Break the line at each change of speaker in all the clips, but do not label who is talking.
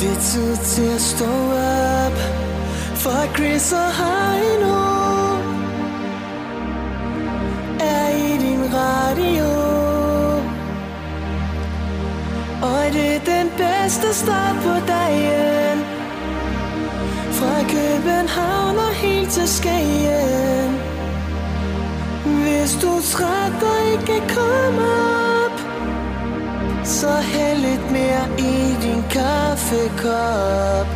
Det er tid til at stå op For Chris og Heino Er i din radio Og det er den bedste start på dagen Fra København og helt til Skagen Hvis du er træt og ikke kan komme op Så hæld lidt mere i din kaffekop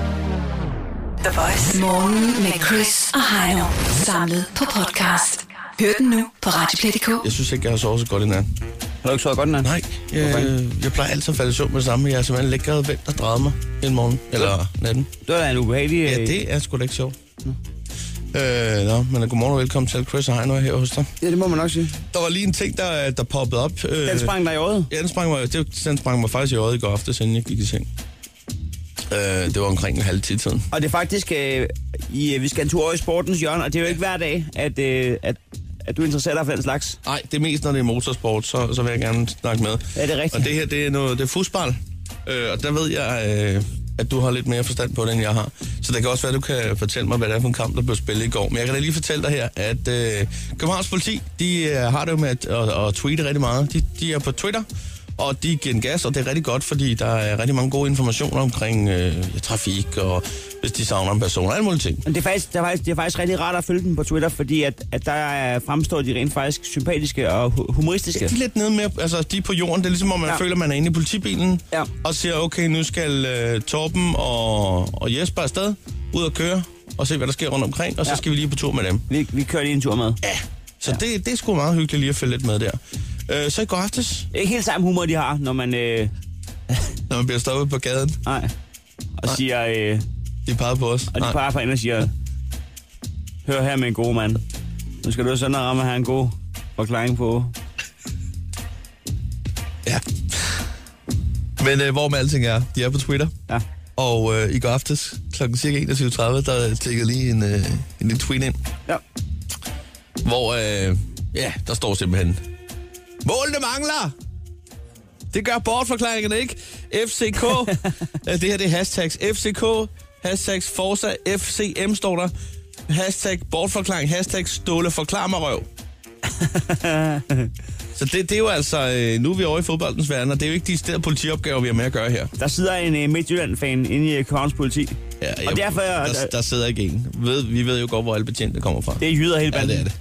The Voice. Morgen med Chris og Heino. Samlet på podcast. Hør den nu på Radioplay.dk.
Jeg synes ikke, jeg har sovet så godt i nat.
Har du ikke sovet godt, Nan?
Nej, jeg, øh, jeg plejer altid at falde i søvn med det samme. Jeg har simpelthen lækkeret vendt og drejet mig hele morgen. Eller natten.
Det var da en ubehagelig... øh,
Ja, det er sgu da ikke sjovt. Øh, nå, men øh, godmorgen og velkommen til Chris og Heino er her hos dig.
ja, det må man nok sige.
Der var lige en ting, der, øh, der poppede op. Øh,
Den sprang dig i øjet.
Ja, den sprang mig, det, den sprang mig faktisk i øjet i går aftes, inden jeg gik i seng. Øh, det var omkring halv ti tiden.
Og det er faktisk... Øh, i, øh, vi skal en tur over i sportens hjørne, og det er jo ikke hver dag, at, øh, at, at du interesserer dig for den slags.
Nej, det er mest, når det er motorsport, så, så vil jeg gerne snakke med.
Ja, det er rigtigt.
Og det her, det er, noget, det er fodbold. Øh, og der ved jeg, øh, at du har lidt mere forstand på det, end jeg har. Så det kan også være, at du kan fortælle mig, hvad det er for en kamp, der blev spillet i går. Men jeg kan da lige fortælle dig her, at øh, Københavns Politi, de øh, har det jo med at, at, at tweete rigtig meget. De, de er på Twitter, og de giver en gas, og det er rigtig godt, fordi der er rigtig mange gode informationer omkring øh, trafik, og hvis de savner en person, og alle mulige ting.
Men det er, faktisk, det, er faktisk, det er faktisk rigtig rart at følge den på Twitter, fordi at, at der er- fremstår de rent faktisk sympatiske og hu- humoristiske.
De er lidt nede med, altså de er på jorden. Det er ligesom, om man
Ja.
ja. føler, man er inde i politibilen,
Ja.
og siger, okay, nu skal uh, Torben og, og Jesper afsted ud og køre, og se, hvad der sker rundt omkring, og så
Ja.
skal vi lige på tur med dem.
Vi, vi kører lige en tur med.
Ja, så ja. Det, det er sgu meget hyggeligt lige at følge lidt med der. Uh, så i går aftes,
Ikke helt samme humor, de har, når man... Øh,
når man bliver stoppet på gaden,
nej. Og siger... Øh,
de peger på os.
Og de
Nej.
peger på hende og siger, hør her med en god mand. Nu skal du sådan og ramme her en god forklaring på.
Ja. Men øh, hvor med alting er, de er på Twitter.
Ja.
Og øh, i går aftes kl. cirka 21.30, der tikkede lige en, øh, en lille tweet ind,
ja.
hvor, øh, ja, der står simpelthen, målene mangler! Det gør bortforklaringerne ikke. FCK, øh, det her det er hashtags FCK, hashtags Forza, FCM står der, hashtag bortforklaring, hashtag Ståle forklar mig røv. Så det, det er jo altså, øh, nu er vi over i fodboldens verden, og det er jo ikke de steder politiopgaver, vi har med at gøre her.
Der sidder en øh, Midtjylland-fan inde i øh, Københavns politi.
Ja,
og derfor, der,
der, der sidder ikke en. Ved, vi ved jo godt, hvor alle betjente kommer fra.
det er jyder hele
Ja,
banden.
det er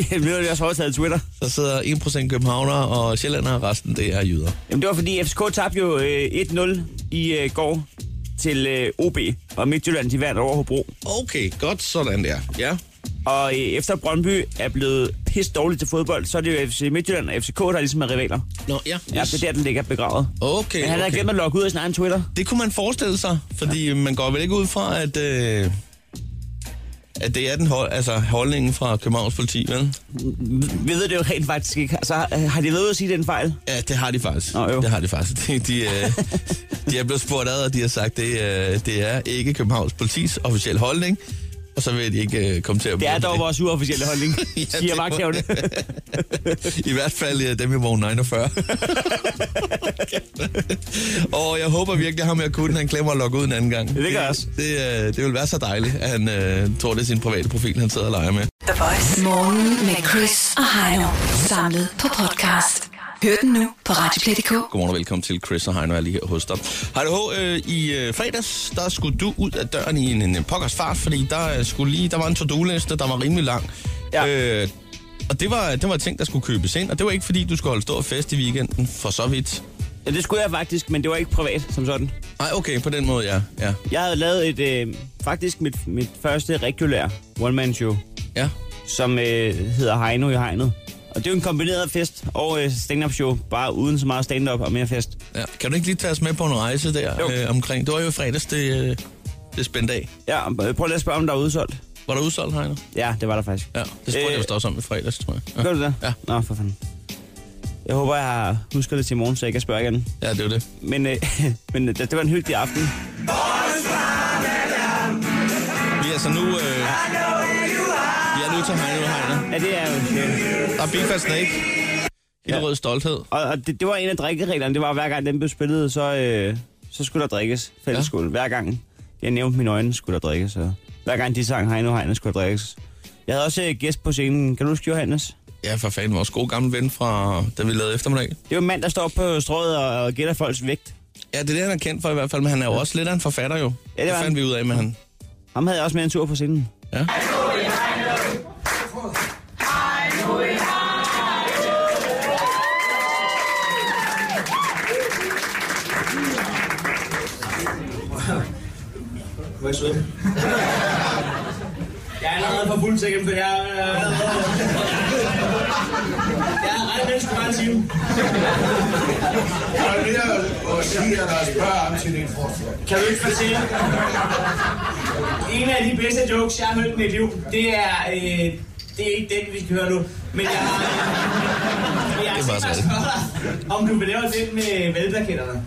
det.
De blev jo også overtaget Twitter.
Der sidder 1% københavnere og sjællandere, og resten det er jyder.
Jamen, det var fordi FCK tabte jo øh, 1-0 i øh, går til øh, OB, og Midtjylland de vandt over Hobro.
Okay, godt sådan der. Ja.
Og øh, efter Brøndby er blevet pisse dårligt til fodbold, så er det jo FC Midtjylland og FCK, der ligesom er rivaler.
Nå, ja.
Ja, det er der, den ligger begravet.
Okay,
Men han havde
okay.
glemt at logge ud af sin egen Twitter.
Det kunne man forestille sig, fordi ja. man går vel ikke ud fra, at, øh, at det er den hold, altså holdningen fra Københavns politi, vel?
Vi ved det jo rent faktisk ikke. Altså, øh, har de været ude at sige den fejl?
Ja, det har de faktisk.
Nå, jo.
det har de faktisk. De, de, øh, de er blevet spurgt ad, og de har sagt, det, øh, det er ikke Københavns politis officielle holdning, og så vil de ikke øh, kommentere
Det er
mere på
dog vores uofficielle holdning,
Ja,
siger
det må-
vagthavne.
I hvert fald øh, dem i vogn 49. og jeg håber virkelig, at ham her kunden, han glemmer at logge ud en anden gang.
det gør jeg også.
Det, øh, det vil være så dejligt, at han øh, tror, det er sin private profil, han sidder og leger med.
The Voice. Morgen med Chris og Heino. Samlet på podcast. Hør den nu på Radioplay.dk.
Godmorgen og velkommen til Chris og Heino er lige her hos dig. Heino H, øh, i øh, fredags, der skulle du ud af døren i en, en pokkers fart, fordi der, øh, skulle lige, der var en to-do-liste, der var rimelig lang.
Ja.
Øh, og det var, det var ting, der skulle købes ind, og det var ikke fordi, du skulle holde stor fest i weekenden, for så vidt.
Ja, det skulle jeg faktisk, men det var ikke privat som sådan.
Nej, okay, på den måde, ja. Ja.
Jeg havde lavet et, øh, faktisk mit, mit første regulær one-man-show,
ja.
som øh, hedder Heino i Hegnet. Og det er jo en kombineret fest og øh, stand-up show, bare uden så meget stand-up og mere fest.
Ja. Kan du ikke lige tage os med på en rejse
Jo.
der øh, omkring? Det var jo i fredags, det, øh, det spændte af.
Ja, øh, prøv lige at spørge, om der er udsolgt.
Var der udsolgt, Heino?
Ja, det var der faktisk.
Ja, det spurgte øh,
Øh,
jeg vist også om i fredags, tror jeg. Ja.
Gør du det?
Ja.
Nå, for fanden. Jeg håber, jeg har husket det til i morgen, så jeg kan spørge igen.
ja, det var det.
Men, øh, men det, det var en hyggelig aften.
Vi er så nu... Øh, vi er nu til Heino Heino.
Ja, det er jo sjældent.
Der er Big Fat Snake. Helt ja.
Ja.
rød stolthed.
Og, og det, det var en af drikkereglerne, det var hver gang den blev spillet, så, øh, så skulle der drikkes fællesskål.
Ja.
Ja. Hver gang jeg nævnte mine øjne, skulle der drikkes. Og hver gang de sang Heino Heino, skulle der drikkes. Jeg havde også øh, gæst på scenen. Kan du huske Johannes?
Ja, for fanden, vores gode gamle ven fra, da vi lavede eftermiddag.
Det var en mand, der står på strået og, og gætter folks vægt.
Ja, det er det, han er kendt for i hvert fald, men han er jo også lidt af en forfatter jo.
Ja,
det
det var
fandt
han.
vi ud af med han.
Ham havde jeg også med en tur på scenen.
Ja.
Må jeg svømme? Jeg er allerede for fuld sikkert, for jeg er allerede... Jeg er ret menneske bare en time.
Og det er og siger, der spørger om til din forslag.
Kan du ikke fortælle? En af de bedste jokes, jeg har mødt i mit liv, det er... Øh, det er ikke den, vi skal høre nu. Men jeg har... Øh, jeg har
Det var så
tænkt mig at
det.
spørge dig, om du vil lave det med valgplaketterne.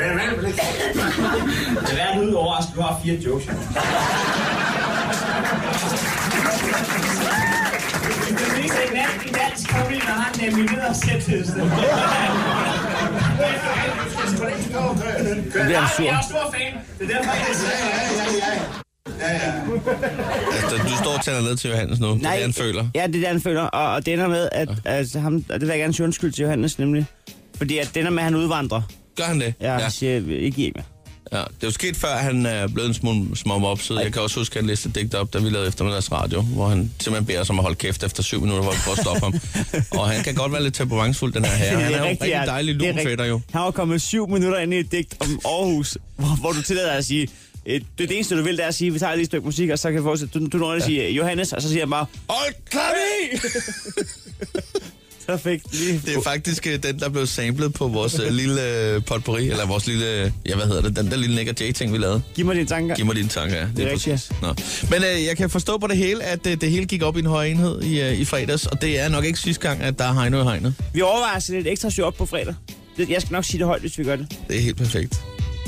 Men hvad blev det?
Det er værd ud over, at du har fire jokes. jo. Det viser en anden i dansk comedy, der har en nomineret sætliste.
Nu bliver han
Jeg er
sur.
jo stor fan. Det er derfor, jeg siger,
Ja, ja, ja.
Altså, du står og tænder ned til Johannes nu. Nej. Det er det, han føler.
Ja, det er det, han føler. Og, og det ender med, at altså, ham, og det vil jeg gerne sige undskyld til Johannes, nemlig. Fordi at det ender med, at han udvandrer.
Gør han det?
Ja, ja. siger, ikke giver mere.
ja. Det er jo sket før, han øh, er blevet en smule småmopset. Jeg kan også huske, at han læste et digt op, da vi lavede eftermiddags radio, hvor han simpelthen beder os om at holde kæft efter syv minutter, hvor vi prøver at stoppe ham. og han kan godt være lidt temperamentsfuld, den her herre. Han er jo en rigtig dejlig
det er rigtigt.
lunfætter jo.
Han var kommet syv minutter ind i et digt om Aarhus, hvor, hvor du tillader dig at sige, øh, det, det eneste, du vil, det er at sige, vi tager lige et stykke musik, og så kan vi fortsætte. Du, du når at sige, Johannes, og så siger han bare,
Hold klam i!
så fik lige...
Det er faktisk øh, den, der blev samlet på vores øh, lille øh, potpourri, eller vores lille, øh, ja, hvad hedder det, den der lille Nick og Jay-ting, vi lavede.
Giv mig dine tanker.
Giv mig dine tanker, ja. Det
Det
er
er rigtigt,
præcis. Nå. Men øh, jeg kan forstå på det hele, at øh, det hele gik op i en høj enhed i, øh, i fredags, og det er nok ikke sidste gang, at der er hegnet i hegnet.
Vi overvejer at sætte et ekstra show op på fredag. Det- Jeg skal nok sige det højt, hvis vi gør det.
Det er helt perfekt.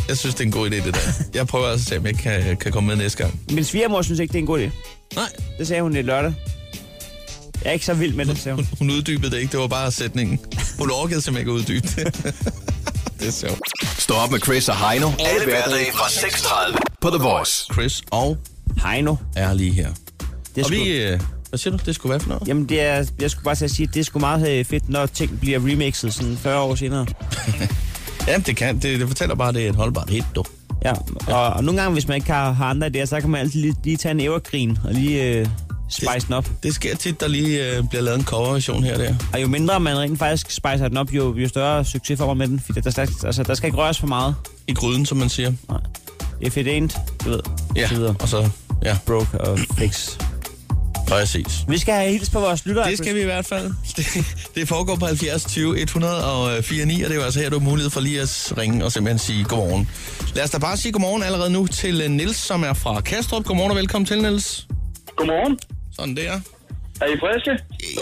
Jeg synes, det er en god idé, det der. Jeg prøver altså at se, om jeg kan, kan komme med næste gang.
Min svigermor synes ikke, det er en god idé.
Nej,
Det sagde hun lidt lørdag. Jeg er ikke så vild med det, sagde hun.
hun, hun uddybede det ikke. Det var bare sætningen. Hun orkede simpelthen ikke at uddybe det. det er sjovt.
Stå op med Chris og Heino. Alle hverdage fra 6.30 på The Voice.
Chris og
Hej nu.
er lige her.
Det er
Og
sgu...
vi... Øh, hvad siger du? Det skulle være for noget?
Jamen, det er, jeg skulle bare til at sige, at det er sgu meget øh, fedt, når ting bliver remixet sådan 40 år senere.
Jamen, det kan. Det, det fortæller bare, at det er et holdbart hit, du.
Ja, og, og nogle gange, hvis man ikke har, har andre idéer, så kan man altid lige, lige tage en evergreen og lige øh, spice den op.
Det sker tit, der lige øh, bliver lavet en coverversion her og der.
Og jo mindre man rent faktisk spicer den op, jo, jo større succes får man med den. Fordi der, der, altså, der skal ikke røres for meget.
I gryden, som man siger.
Nej. If it ain't, du ved, ja. så videre.
og så... Ja,
Broke og fix.
præcis.
Vi skal have hils på vores lyttere.
Det skal vi i hvert fald. Det, det foregår på 70 20 104 9, og det er jo altså her, du har mulighed for lige at ringe og simpelthen sige godmorgen. Lad os da bare sige godmorgen allerede nu til Nils, som er fra Kastrup. Godmorgen og velkommen til, Nils.
Godmorgen.
Sådan der.
Er I friske?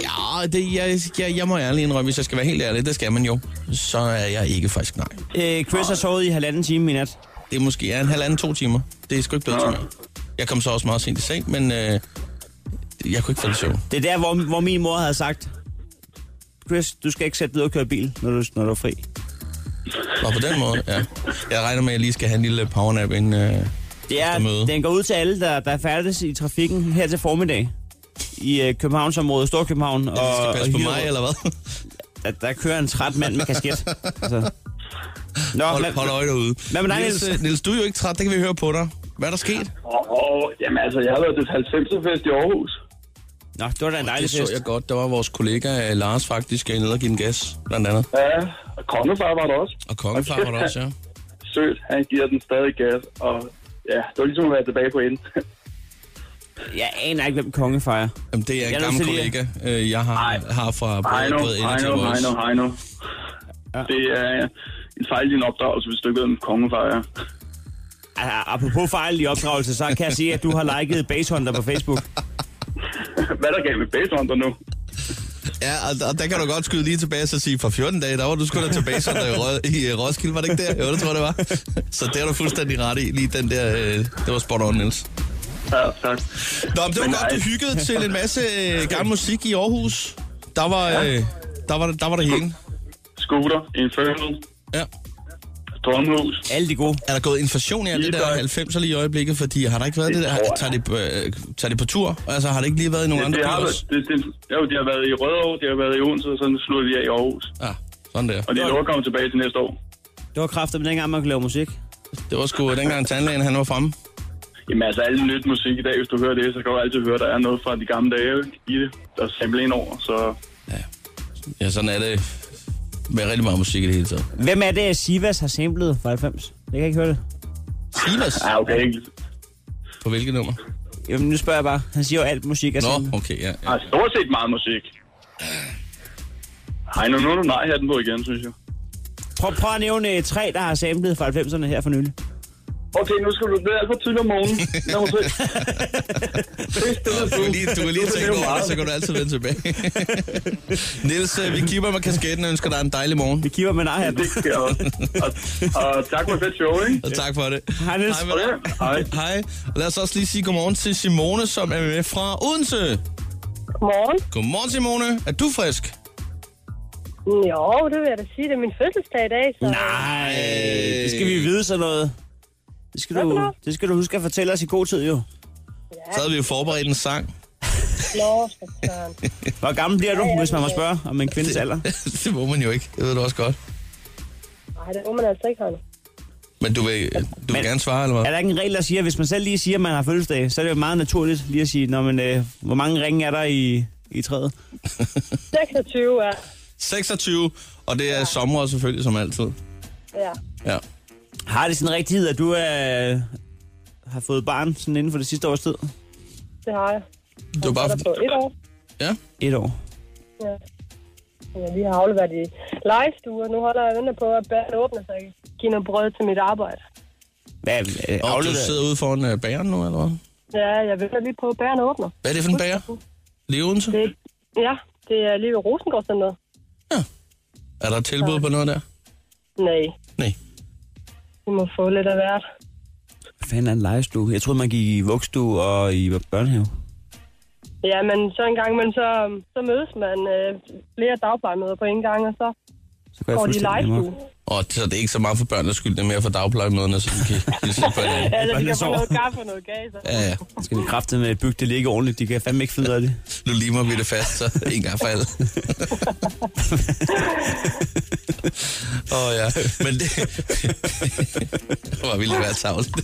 Ja, det, jeg, jeg, jeg må ærligt indrømme, hvis jeg skal være helt ærlig, det skal man jo. Så er jeg ikke frisk, nej.
Øh, Chris har sovet i halvanden time i nat.
Det er måske er en halvanden to timer. Det er sgu ikke blevet til mig. Jeg kom så også meget sent i seng, men øh, jeg kunne ikke falde i søvn.
Det er der, hvor, hvor min mor havde sagt, Chris, du skal ikke sætte dig ud og køre bil, når du, når du er fri.
Og på den måde, ja. Jeg regner med, at jeg lige skal have en lille powernap inden... Øh,
Det
Efter
er,
møde.
den går ud til alle, der, der færdes i trafikken her til formiddag i øh, Københavnsområdet, Storkøbenhavn. Og,
og, skal
og
passe på
Hillerød.
mig, eller hvad?
Der, der kører en træt mand med kasket. altså. Nå,
Hold,
men-
hold øje derude.
Hvad med dig,
Niels,
Niels?
øh, Niels, du er jo ikke træt, det kan vi høre på dig. Hvad er der sket?
Og, og jamen altså, jeg har været til 90'er-fest i Aarhus.
Nå, det var da en dejlig
Det så
fest.
jeg godt. Der var vores kollega øh, Lars faktisk øh, nede og give en gas, blandt andet.
Ja, og kongefar var der også.
Og kongefar var der også, ja.
Sødt, han giver den stadig gas, og ja, det var ligesom at være tilbage på enden.
Jeg aner ikke, hvem kongefar er.
Jamen, det er
Jeg
en
er
gammel
nødt til
kollega, øh, jeg har, har fra
Hej nu,
både, både
hej
Ender til
nu, hej
vores.
nu, hej nu. Det er en fejl i din opdragelse, hvis du ikke ved, hvem kongefar er.
Altså, apropos fejl i opdragelse, så kan jeg sige, at du har liket Basehunter på Facebook.
Hvad er der gav med basehånd der nu?
Ja, og, og der kan du godt skyde lige tilbage og så sige, for 14 dage, der var du sgu da tilbage sådan, i, Rø- i øh, Roskilde, var det ikke der? Jo, det tror jeg, det var. Så det har du fuldstændig ret i, lige den der, øh, det var spot on, Niels.
Ja, tak.
Nå, men det var
Men
godt,
nej.
du hyggede til en masse øh, gammel musik i Aarhus. Der var, øh, der var, der var det hele.
Scooter, Infernal,
Ja.
Drømmehus.
Alle de gode.
Er der gået inflation i alt det
Lige
der
der.
90'er lige i øjeblikket? Fordi har der ikke været det,
Det
der?
tror jeg.
Tager det, øh, tager det på tur? Altså har det ikke lige været i nogle
Det,
andre
det,
byer
har,
også?
været- det, det, jo, de har været i Rødovre, de har været i Odense, og sådan slutter vi af i Aarhus.
Ja, sådan der.
Og de lover at komme tilbage til næste år.
Det var kræfter, men dengang man kunne lave musik.
Det var sgu øh, dengang tandlægen han var fremme.
Jamen altså, alt nyt musik i dag, hvis du hører det, så kan du altid høre, at der er noget fra de gamle dage ikke? i det, der er samlet ind over. Så
Ja, sådan er det med rigtig meget musik i det hele taget.
Hvem er det, Sivas har samlet fra 90? Jeg kan ikke høre det.
Silas,
ja, okay, ikke?
på hvilket nummer?
Jamen, nu spørger jeg bare. Han siger jo, alt musik er samlet.
Nå, okay, ja. ja.
Der er stort set meget musik. Ej, nu nu er du nej her den på igen, synes jeg.
Prøv, prøv at nævne øh, tre, der har samlet fra 90'erne her for nylig.
Okay, nu skal du blive alt for tidlig om morgenen. Lad mig se. Det spiller
Du kan lige, du kan lige
Det
tænke
blev
over det,
meget.
så kan du altid vende tilbage. Niels, øh, vi kipper med kasketten og ønsker dig en dejlig morgen.
Vi kigger med nej her.
Det skal jeg også. Og, og tak for et fedt show, ikke?
Og tak for det.
Hej, Niels.
med
Okay,
dig.
hej.
Hej. Og lad os også lige sige godmorgen til Simone, som er med fra Odense.
Morgen.
Godmorgen, Simone. Er du frisk?
Mm, Jo, det vil jeg da sige. Det er min fødselsdag i dag, så...
Nej, det skal vi vide sådan noget. Det skal, du, det skal du huske at fortælle os i god tid, jo.
Så havde vi jo forberedt en sang.
Nå, for søren.
Hvor gammel bliver du, hvis man må spørge om en kvindes alder?
det må man jo ikke. Det ved du også godt.
Nej, det må man altså ikke, Hanne.
Men du vil, du vil
Men-
gerne svare, eller hvad?
Er der ikke en regel, der siger, at hvis man selv lige siger, at man har fødselsdag, så er det jo meget naturligt lige at sige, når man, øh, hvor mange ringe er der i, i træet?
26 er...
26, og det er sommer selvfølgelig, som altid.
Ja.
Ja.
Har det sådan rigtigt, at du øh, har fået barn sådan inden for det sidste års tid?
Det har jeg.
Det var bare...
Der på et år.
Ja.
Et år.
Ja. Jeg lige har afleveret i legestuer. Nu holder jeg og venter på, at bæren åbner, så jeg kan give noget brød til mit arbejde.
Hvad, øh,
Og du
afleveret?
sidder ude foran øh, bageren nu, eller hvad?
Ja, jeg venter lige på, at bæren åbner.
Hvad er det for en bager? Lige i Odense?
Det, ja, det er lige ved Rosengård sådan noget.
Er der et tilbud på noget der?
Nej,
Nej.
vi må få lidt af hvert.
Hvad fanden er en legestue? Jeg troede, man gik i vugstue og i børnehave.
Ja, men så en gang, men så, så mødes man øh, flere dagplejemøder på en gang, og så
Så går jeg
går de i
fuldstændig amok.
legestue.
Og så det er ikke så meget for børnenes skyld, det er mere for dagplejemøderne, så de kan hilse på hinanden.
Ja, eller de
børnene
kan få
sover.
noget kaffe og noget kage, så.
Ja, ja.
Skal vi kræfte med at bygge det ligge ordentligt? De kan fandme ikke finde ud af det.
Nu limer vi det fast, så en gang for alle. Åh oh, ja, men det... Hvor ville det være tavligt.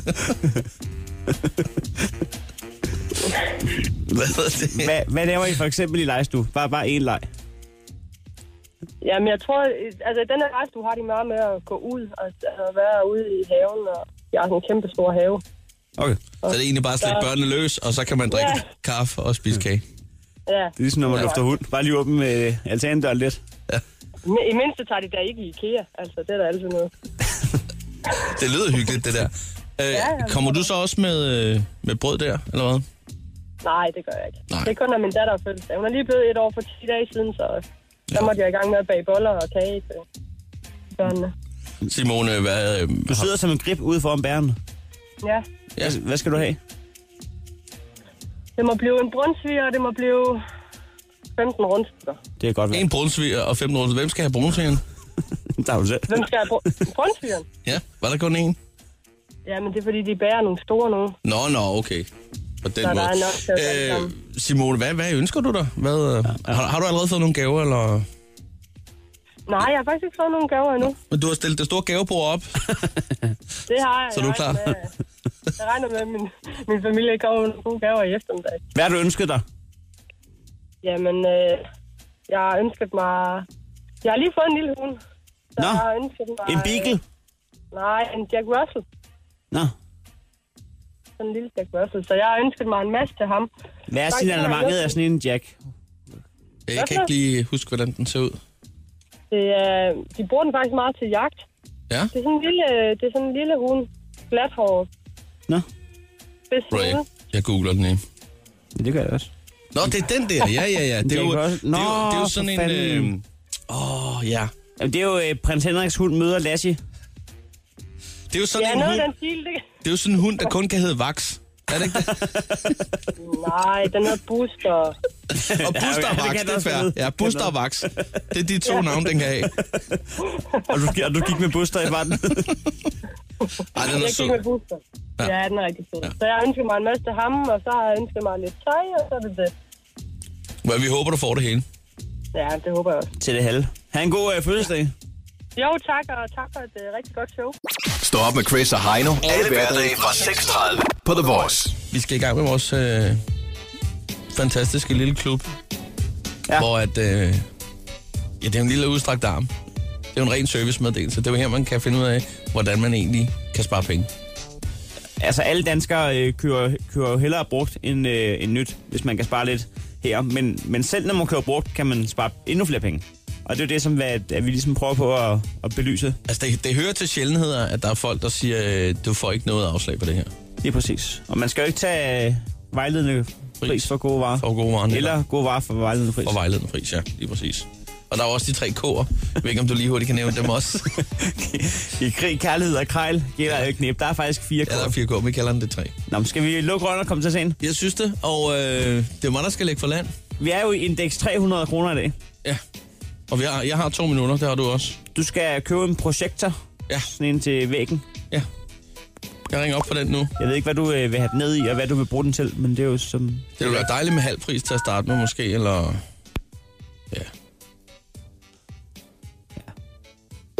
Hvad hedder det?
Hvad, hvad laver I for eksempel i legestue? Bare, bare én leg.
Jamen, jeg tror, øh, altså i den her rejse, du har de meget med at gå ud og altså, være ude i haven, og jeg har sådan en kæmpe stor have.
Okay.
Så det er egentlig bare at slippe børnene løs, og så kan man drikke
Ja.
kaffe og spise kage.
Ja,
Det er ligesom, når man lufter hund. Bare lige åbne med altandøren lidt.
Men i mindste tager de der ikke i IKEA, altså det er der altid noget.
Det lyder hyggeligt, det der.
ja.
Øh, kommer du så også med, øh, med brød der, eller hvad?
Nej, det gør jeg ikke.
Nej.
Det er kun, når min datter har fødselsdag. Hun er lige blevet et år for 10 dage siden, så der måtte jeg i gang med at bage boller og kage til børnene.
Simone, hvad... Øh,
Du sidder som en grip ude foran bæren.
Ja,
ja,
Hvad- Hvad skal du have?
det må blive en brunsviger, og det må blive 15 rundstykker.
Det er godt
en
værd.
brunsviger og fem runder. Hvem skal have brunsvigeren?
Der er du selv.
Hvem skal jeg bruge? Brunsvigeren?
Ja, var der kun en?
Ja, men det er fordi, de bærer nogle store nogen.
Nå, nå, okay. På den
Så der
måde.
er nok til os alle
øh,
sammen.
Simone, hvad, hvad ønsker du dig? Hvad, øh, har, har du allerede fået nogle gaver, eller...
Nej, jeg har faktisk ikke fået nogen gaver endnu.
Men du har stillet det store gavebord op.
Det har jeg.
Så er du
Jeg regner
klar?
Med, jeg regner med, at min, min familie kommer med nogle gode gaver i eftermiddag.
Hvad har du ønsket dig?
Jamen, øh, jeg har ønsket mig... Jeg har lige fået en lille hund. Så
Nå,
jeg har ønsket mig...
En beagle?
Øh, nej, en Jack Russell.
Nå.
Sådan en lille Jack Russell. Så jeg har ønsket mig en masse til ham.
Hvad er
Nej,
sin
det har jeg
arrangementet
ikke.
af sådan en jack?
Jeg kan ikke lige huske, hvordan den ser ud.
Det, øh, de bruger den faktisk meget til jagt.
Ja.
Det er sådan en lille, øh, det er sådan en lille hund. Glathåret.
Nå.
Spids
Ray.
hund.
Jeg googler den ikke.
Ja, det gør jeg også.
Nå, det er den der. Ja, ja, ja. Det er jo, det
Den kan
er jo,
også-
det er jo, det er
Nå,
jo sådan
for
en... øh,
fanden.
Åh, øh, ja.
Jamen, det er jo øh, prins Henriks hund møder Lassie.
Det er jo sådan
Ja,
en
noget af
hund,
den stil, det,
det er jo sådan en hund, der kun kan hedde Vax. Er det ikke det?
Nej, den hedder Booster.
Og Buster og
det
Vax,
kan
det er
også
fair.
noget.
Ja, Buster og Vax. Det er de to navne, den kan have.
Og du, og du gik med buster i farten.
Ej, den er
Jeg gik
sød.
med Booster. Ja, den er rigtig sød. Så jeg ønskede mig en masse til ham, og så har jeg ønsket mig lidt tøj, og så er det det.
Men vi håber, du får det hele.
Ja, det håber jeg også.
Til det halve. Ha' en god øh, fødselsdag.
Jo, tak, og tak for et øh, rigtig godt show.
Stå op med Chris og Heino. Alle hverdage fra 6.30 på The Voice.
Vi skal i gang med vores øh, fantastiske lille klub. Ja.
Ja.
Hvor at... Øh, ja, det er jo en lille udstrakt arm. Det er jo en ren servicemeddelelse. Det er jo her, man kan finde ud af, hvordan man egentlig kan spare penge.
Altså, alle danskere øh, kører, kører jo hellere brugt end, øh, end nyt, hvis man kan spare lidt her. Men, men selv når man kører brugt, kan man spare endnu flere penge. Og det er jo det, som at, at vi ligesom prøver på at, at belyse.
Altså, det, det hører til sjældenheder, at der er folk, der siger, øh, du får ikke noget afslag på det her.
Det er præcis. Og man skal jo ikke tage øh, vejledende pris for gode varer.
For gode varer, netop.
Eller gode varer for vejledende pris.
Og vejledende pris, ja. Lige præcis. Og der er også de tre K'er. Jeg ved ikke, om du lige hurtigt kan nævne dem også.
I krig, kærlighed og krejl gælder jo ikke knep. Der er faktisk fire
Ja, der er
kort.
4 K'er, men vi kalder den det tre.
Nå, men skal vi lukke røven og komme til scenen?
Jeg synes det, og øh, det er mig, der skal lægge for land.
Vi er jo i indeks 300 kroner i dag.
Ja. Og vi har, jeg har to minutter, det har du også.
Du skal købe en projektor,
Ja,
sådan en til væggen.
ja. Jeg ringer op for den nu.
Jeg ved ikke, hvad du øh, vil have den ned i, og hvad du vil bruge den til, men det er jo som...
Det ville være dejligt med halv pris til at starte med, måske, eller... Ja.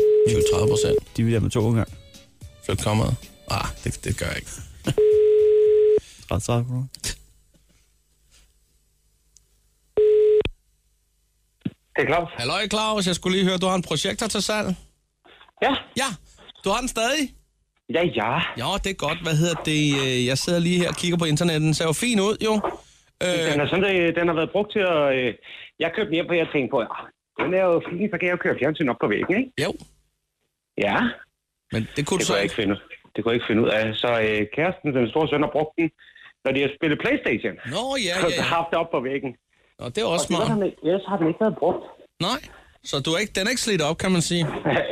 20-30 procent.
De vil have med to gange.
Flyt kommeret. Ah, det, det gør jeg ikke.
30 kroner.
Det er klart.
Halløj, Claus. Jeg skulle lige høre, du har en projektor til salg.
Ja.
Ja, du har den stadig?
Ja, ja.
Ja, det er godt. Hvad hedder det? Øh, Jeg sidder lige her og kigger på internettet. Den ser jo fin ud, jo. Øh,
Den, er sådan, øh, den har været brugt til at... Øh, jeg købte den hjem, og jeg tænkte på, ja, den er jo fin, så kan jeg jo køre fjernsyn op på væggen, ikke?
jo,
Ja,
men det kunne du
det
så
kunne jeg
ikke.
ikke finde, det kunne jeg ikke finde ud af. Så øh, kæresten, den store søn, har brugt den, når de har spillet Playstation.
Nå, ja,
Så
ja,
har
ja.
haft det op på væggen.
Nå, det er også
Så
smart.
har den, ellers har den ikke været brugt.
Nej, så du er ikke, den er ikke slidt op, kan man sige.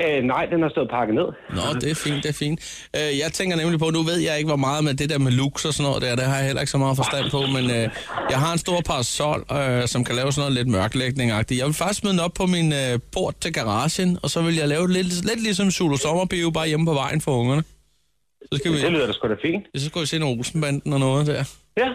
øh, nej, den har stået pakket ned.
Nå, det er fint, det er fint. Øh, jeg tænker nemlig på, nu ved jeg ikke, hvor meget med det der med lux og sådan noget der, det har jeg heller ikke så meget forstand på, men øh, jeg har en stor parasol, øh, som kan lave sådan noget lidt mørklægning -agtigt. Jeg vil faktisk smide den op på min øh, port til garagen, og så vil jeg lave lidt, lidt ligesom Zulu Sommerbio, bare hjemme på vejen for ungerne. Så skal vi,
Det lyder da sgu da fint.
så skal vi se en Olsenbanden og noget der.
Ja,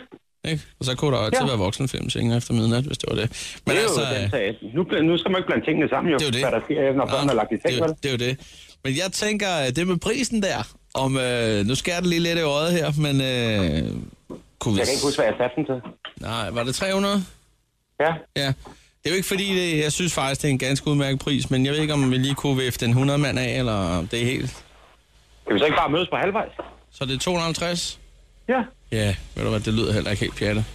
Ikke? Og så kunne der altid ja.
Ja.
være voksenfilm senere efter midnat, hvis det var det. Men
det er
altså,
jo den sag. Nu, bl- nu skal man ikke blande tingene sammen, jo.
det er jo det.
Hvad der sker, når børnene er lagt i
det, er
seng,
jo,
vel?
det er jo det. Men jeg tænker, at det med prisen der, om øh, nu skærer det lige lidt i øjet her, men øh, kunne vi...
Jeg kan ikke huske, hvad jeg satte den til.
Nej, var det 300?
Ja,
Ja. Det er jo ikke fordi, det, jeg synes faktisk, det er en ganske udmærket pris, men jeg ved ikke, om vi lige kunne vifte en 100 mand af, eller om det er helt...
kan vi så ikke bare mødes på halvvejs?
Så det er 250?
Ja.
Ja, ved du hvad, det lyder heller ikke helt pjattet.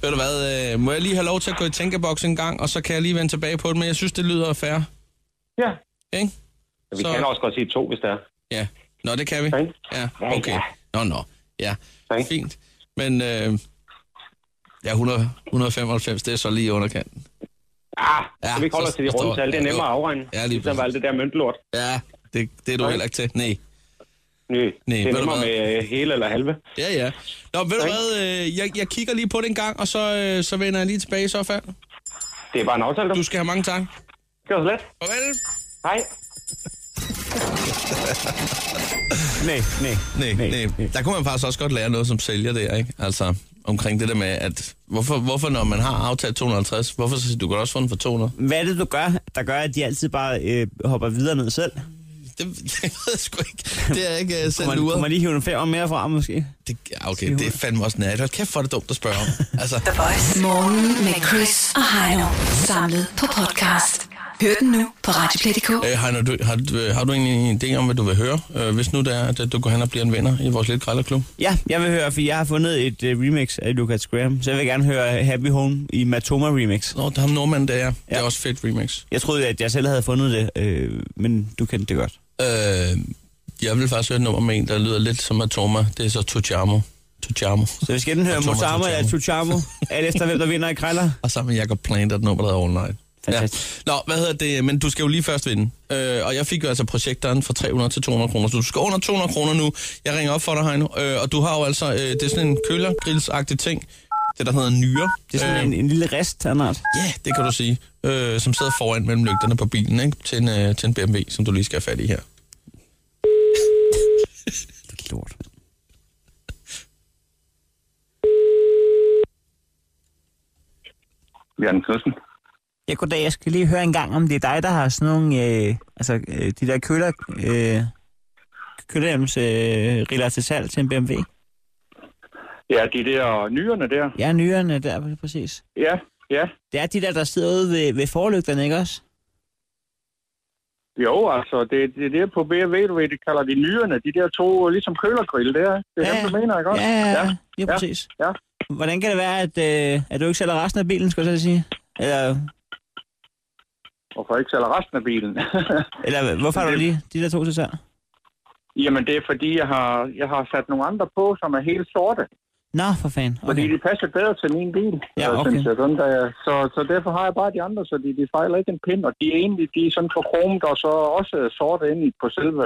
Ved du hvad, øh, må jeg lige have lov til at gå i tænkeboks en gang, og så kan jeg lige vende tilbage på det, men jeg synes, det lyder fair,
Ja.
ikke?
Men Vi
Så-
så... kan også godt sige to, hvis der er.
Ja. Nå, det kan vi.
Ikke?
Ja,
Ja,
okay.
ja.
Nå, nå. Ja,
Ikke?
fint. Men øh, ja, 100, 195, det er så lige underkanten.
Ah,
Ja,
ja, vi ikke holde
så-
os til de
så står-
runde tal. Det er
ja,
nemmere
jo.
at afregne.
Ja, lige
ligesom
præcis.
alt det der møntlort.
Ja, det, det er du
Nej.
heller ikke til. Nej.
Nø,
Nej,
det
ved
er
du
nemmere
hvad?
med øh, hele eller halve.
Ja, ja. Nå, ved du
Nej.
hvad, øh, jeg, jeg kigger lige på det en gang, og så, øh, så vender jeg lige tilbage i så fald.
Det er bare en aftale, der.
Du skal have mange tak.
Det er så let.
Farvel.
Hej.
Nej, nej.
Nej, nej, nej. Der kunne man faktisk også godt lære noget som sælger der, ikke? Altså, omkring det der med, at hvorfor, hvorfor når man har aftalt 250, hvorfor så siger du, du kan også få den for 200?
Hvad er det, du gør, der gør, at de altid bare øh, hopper videre ned selv?
Det, det ved jeg sgu ikke. Det er jeg ikke uh, selv
Kunne man,
luret.
kunne man lige hive en femmer mere fra, måske?
Det, ja, okay, det er fandme også nat. Hold kæft, hvor er det dumt at spørge om. Altså,
The Voice. Morgen med Chris og Heino. Samlet på podcast. Hør den nu på Radioplay.dk.
øh, har, du, har, du- øh, har du egentlig en idé om, hvad du vil høre? Øh, hvis nu det er, at øh, du går hen og bliver en vinder i vores lille krællerklub.
Ja, jeg vil høre, for jeg har fundet et øh, remix af Lucas Graham, så jeg vil gerne høre Happy Home i Matoma remix.
Nå, det er ham nordmanden, det er. Ja. Det er
Ja.
også fedt remix.
Jeg troede, at jeg selv havde fundet det, øh, men du kendte det godt.
Øh, jeg vil faktisk høre et nummer med en, der lyder lidt som Atoma. Det er så Tuchamo. Tuchamo.
Så vi skal enten høre
Og Thomas
Mosama eller Tuchamo, alt efter hvem der vinder i krejler.
Og sammen med Jacob Plant er et nummer, der hedder All Night.
Fantastisk.
Ja. Nå, hvad hedder det? Men du skal jo lige først vinde. Øh, og jeg fik jo altså projekteren fra 300 til 200 kroner, så du skal under 200 kroner nu. Jeg ringer op for dig, Heino. Øh, og du har jo altså, øh, det er sådan en kølergrillsagtig ting. Det der hedder nyre.
Det er sådan øh, en, en lille rest, han har.
Ja, yeah, det kan du sige. Øh, som sidder foran mellem lygterne på bilen, ikke? Til en, øh, til en BMW, som du lige skal have fat i her.
Lidt lort.
Bjørn Knudsen.
Ja, goddag. Jeg skal lige høre en gang, om det er dig, der har sådan nogle, øh, altså øh, de der køler, øh, kølerhjems øh, riller til salg til en BMW.
Ja, de der nyerne der.
Ja, nyerne der, præcis.
Ja, ja.
Det er de der, der sidder ude ved, ved forlygterne, ikke også?
Jo, altså, det, det er det på BMW, du ved, de kalder de nyerne. De der to, ligesom kølergrill der. ikke? Det er ja, dem, du mener, ikke også?
Ja, ja, ja, lige præcis.
Ja, ja.
Hvordan kan det være, at, øh, at du ikke sælger resten af bilen, skal jeg så sige? Eller,
Hvorfor ikke sælger resten af bilen?
eller øh, hvorfor har du lige de der to til salg?
Jamen, det er fordi, jeg har, jeg har sat nogle andre på, som er helt sorte.
Nå, for fanden.
Fordi
Okay.
de passer bedre til min bil,
Ja,
øh,
okay.
synes jeg. Sådan, der, er- så, så derfor har jeg bare de andre, så de, de fejler ikke en pind. Og de er egentlig de er sådan for kromet, og så også sorte ind på selve,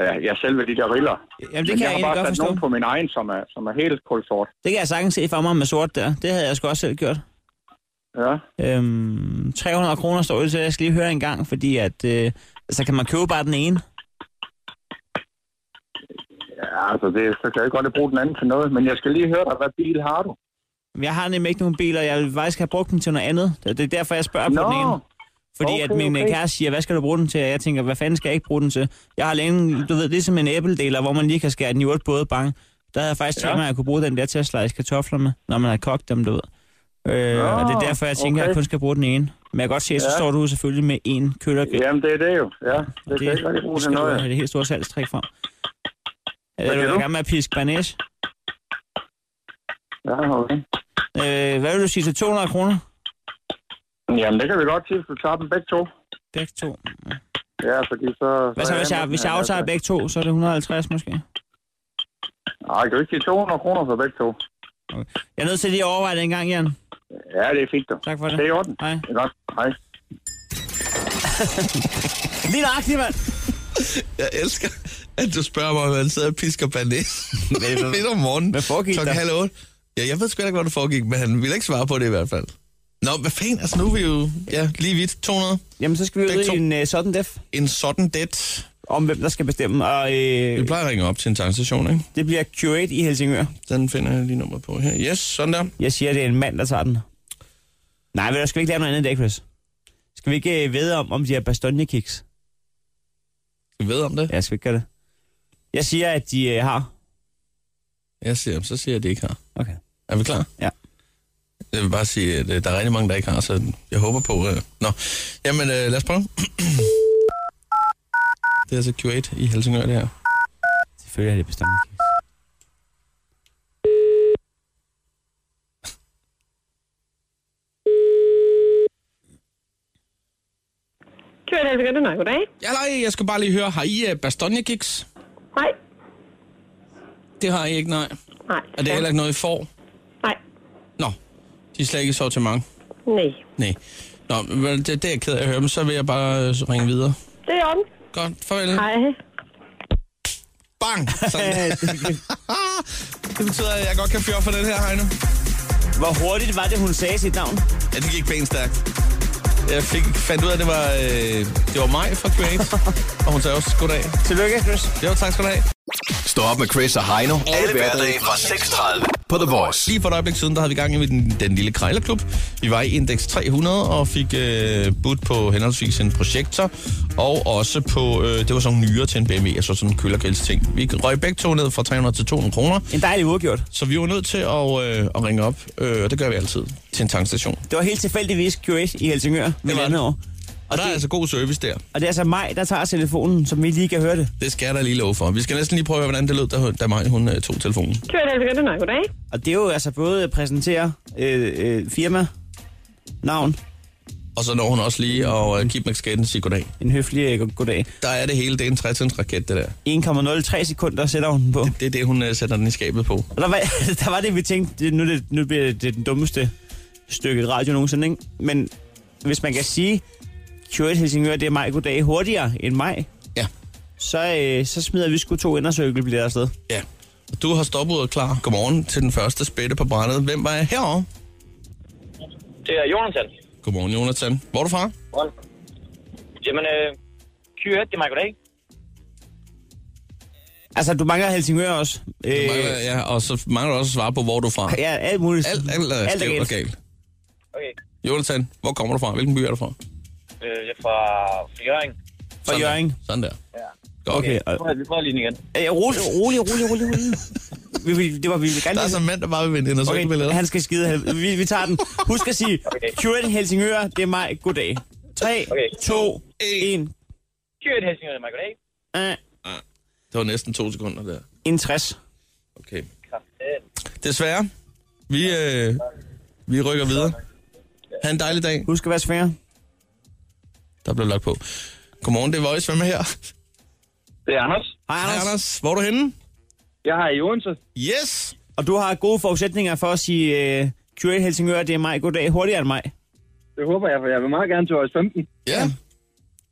ja, ja, selve de der riller.
Jamen, det kan
Men jeg
jeg,
har
egentlig
bare
godt
sat
forstå.
nogen på min egen, som er, som er helt kulsort.
Det kan jeg sagtens se for mig med sort der. Det havde jeg sgu også selv gjort.
Ja.
Øhm, 300 kroner står det til, jeg skal lige høre en gang, fordi at, øh, så kan man købe bare den ene.
ja, altså, det, så kan jeg godt bruge den anden til noget. Men jeg skal lige høre dig, hvad bil har du?
Men Jeg har nemlig ikke nogen biler, jeg vil faktisk have brugt den til noget andet. Det det er derfor, jeg spørger på den ene. Fordi okay,
Okay,
at min okay.
okay.
kæreste siger, hvad skal du bruge den til? Og jeg tænker, hvad fanden skal jeg ikke bruge den til? Jeg har længe, du ved, ligesom en æbledeler, hvor man lige kan skære den i otte både bang. Der havde jeg faktisk tænkt
Ja.
mig, at jeg kunne bruge den der til at slice kartofler med, når man har kogt dem, du ved. Øh,
Nå,
og det er derfor, jeg tænker, okay. at jeg
okay.
kun skal bruge den ene. Men jeg kan godt se, at så
Ja.
står du selvfølgelig med en kølergrill.
Jamen, det er det jo. Ja, det, det kan jeg ikke rigtig bruge til
skal du
noget.
have det helt store salgstrik fra. Er
siger
du i
du?
gang med at piske banæs?
Ja, okay.
Øh, hvad vil du sige til 200 kroner?
Jamen, det kan vi godt sige, hvis du tager dem begge to.
Begge to.
Ja, fordi så...
Hvad så, hvis jeg, hvis jeg aftager begge to, så er det 150 måske?
Nej, kan du ikke sige 200 kroner for begge to?
Jeg er nødt til lige at overveje det en gang, Jan.
Ja, det er fint, du.
Tak for det.
Det er i orden.
Hej.
Det er godt. Hej.
Lige nøjagtigt, mand.
Jeg elsker, at du spørger mig, om jeg sidder og pisker banæs midt om morgenen.
Hvad foregik
klokken
der?
halv otte. Ja, jeg ved sgu heller ikke, hvad der foregik, men han ville ikke svare på det i hvert fald. Nå, hvad fanden? Altså, nu er vi jo ja, lige vidt. 200.
Jamen, så skal vi
Begge
ud i
to.
en uh, sådan def
En sådan det.
om, hvem der skal bestemme. Og
Vi
øh,
plejer at ringe op til en tankstation, ikke?
det bliver Curate i Helsingør.
Den finder jeg lige nummer på her. Yes, sådan der.
Jeg siger, det er en mand, der tager den. Nej, men skal vi ikke lave noget andet i dag, Chris? Skal vi ikke øh, vide om, om de har bastonjekiks?
Vi ved om det.
Ja, skal vi ikke gøre det? Jeg siger, at de øh, har.
Jeg siger, så siger jeg, at det ikke har.
Okay.
Er vi klar?
Ja.
Jeg vil bare sige, at øh, der er rigtig mange, der ikke har, så jeg håber på... Øh... Nå, jamen øh, lad os prøve. det er altså Q8 i Helsingør, det her.
Selvfølgelig har de bastonjekiks.
Kører det, det er goddag.
Ja, nej, jeg skal bare lige høre, har I uh, bastonjekiks?
Nej,
Det har I ikke, nej.
nej.
Og det er heller ikke noget, I får?
Nej,
Nå, de er slet ikke i sortiment.
nej.
Nej. Nå, men det, det er jeg ked af at høre, men så vil jeg bare øh, ringe videre.
Det er om.
Godt, farvel.
Hej.
Bang! Sådan. det betyder, at jeg godt kan fjorde for den her, Heino.
Hvor hurtigt var det, hun sagde sit navn?
Ja, det gik pænt stærkt. Jeg fik, fandt ud af, at det var, øh, det var mig fra Create, og hun sagde også goddag.
Tillykke, Chris.
Jo, tak skal du have.
Stå op med Chris og Heino. Alle hverdage fra 6.30 på The Voice.
Lige for et øjeblik siden, der havde vi gang i den, den lille krejlerklub. Vi var i indeks 300 og fik øh, budt på henholdsvis en projektor, og også på, øh, det var sådan nogle nyere til en BMW, altså sådan en kølergrills ting. Vi røg begge to ned fra 300 til 200 kroner,
En dejlig udgjort.
så vi var nødt til at, øh, at ringe op, øh, og det gør vi altid, til en tankstation.
Det var helt tilfældigvis Q8 i Helsingør med
var
andet
det.
år.
Og der er altså god service der.
Og det er altså mig, der tager telefonen, som vi lige kan høre det.
Det skal jeg da lige love for. Vi skal næsten lige prøve, hvordan det lød, da, da Maj, hun øh, tog telefonen.
Kører det, det er goddag.
Og det er jo altså både at præsentere øh, øh, firma, navn,
Og så når hun også lige og uh, Kip McSkaden siger goddag.
en høflig øh, go- goddag.
Der er det hele, det er en 60 raket det der.
1,03 sekunder sætter hun den på.
Det er det, hun uh, sætter den i skabet på.
Og der var, der var det, vi tænkte, det, nu, er det, nu bliver det den dummeste stykke radio nogensinde, ikke? Men hvis man kan sige, Kjøret Helsingør, det er maj goddag hurtigere end maj,
Ja.
så, øh, så smider vi sgu to indercirkelbilletter afsted.
Ja. Du har stopuret klar. Godmorgen til den første spætte på brændet. Hvem var jeg herovre?
Det er Jonathan.
Godmorgen, Jonathan. Hvor er du fra?
Hvordan? Jamen, øh, Kyrette, det er mig goddag.
Altså, du mangler Helsingør også. Øh,
mangler, ja, og så mangler du også at svare på, hvor er du fra.
Ja, alt muligt.
Alt, alt, er
Alt er
skævt og
galt.
galt.
Okay.
Jonathan, hvor kommer du fra? Hvilken by er du fra?
Øh, jeg er fra Fjøring.
Fra Jørgen.
Sådan der.
Ja.
Godt. Okay.
og-
Vi prøver lige den igen.
Øh, rolig, rolig, rolig, rolig, rolig. Vi, vil- det var, vi vil gerne
Der er så en mand, der bare vil vinde ind og okay.
Okay,
billetter.
han skal skide. hel- Vi, vi tager den. Husk at sige, Kjøret Helsingør, det er mig. Goddag. 3,
Okay.
2, 1.
Kyrette Helsingør, det er mig goddag.
Det var næsten to sekunder der.
Øh, En 60.
Okay.
Kraftigt.
Desværre, vi, øh, vi rykker videre. Ha' en dejlig dag.
Husk at være svær.
Der blev lagt på. Godmorgen, det er Voice. Hvem er her?
Det er Anders.
Hej,
Hej,
Anders.
Anders. Hvor er du henne?
Jeg har i Odense.
Yes!
Og du har gode forudsætninger for at sige, øh, Kjøret Helsingør, det er mig. Goddag. Hurtigere end mig.
Det håber jeg, for jeg vil meget gerne til års 15.
Ja,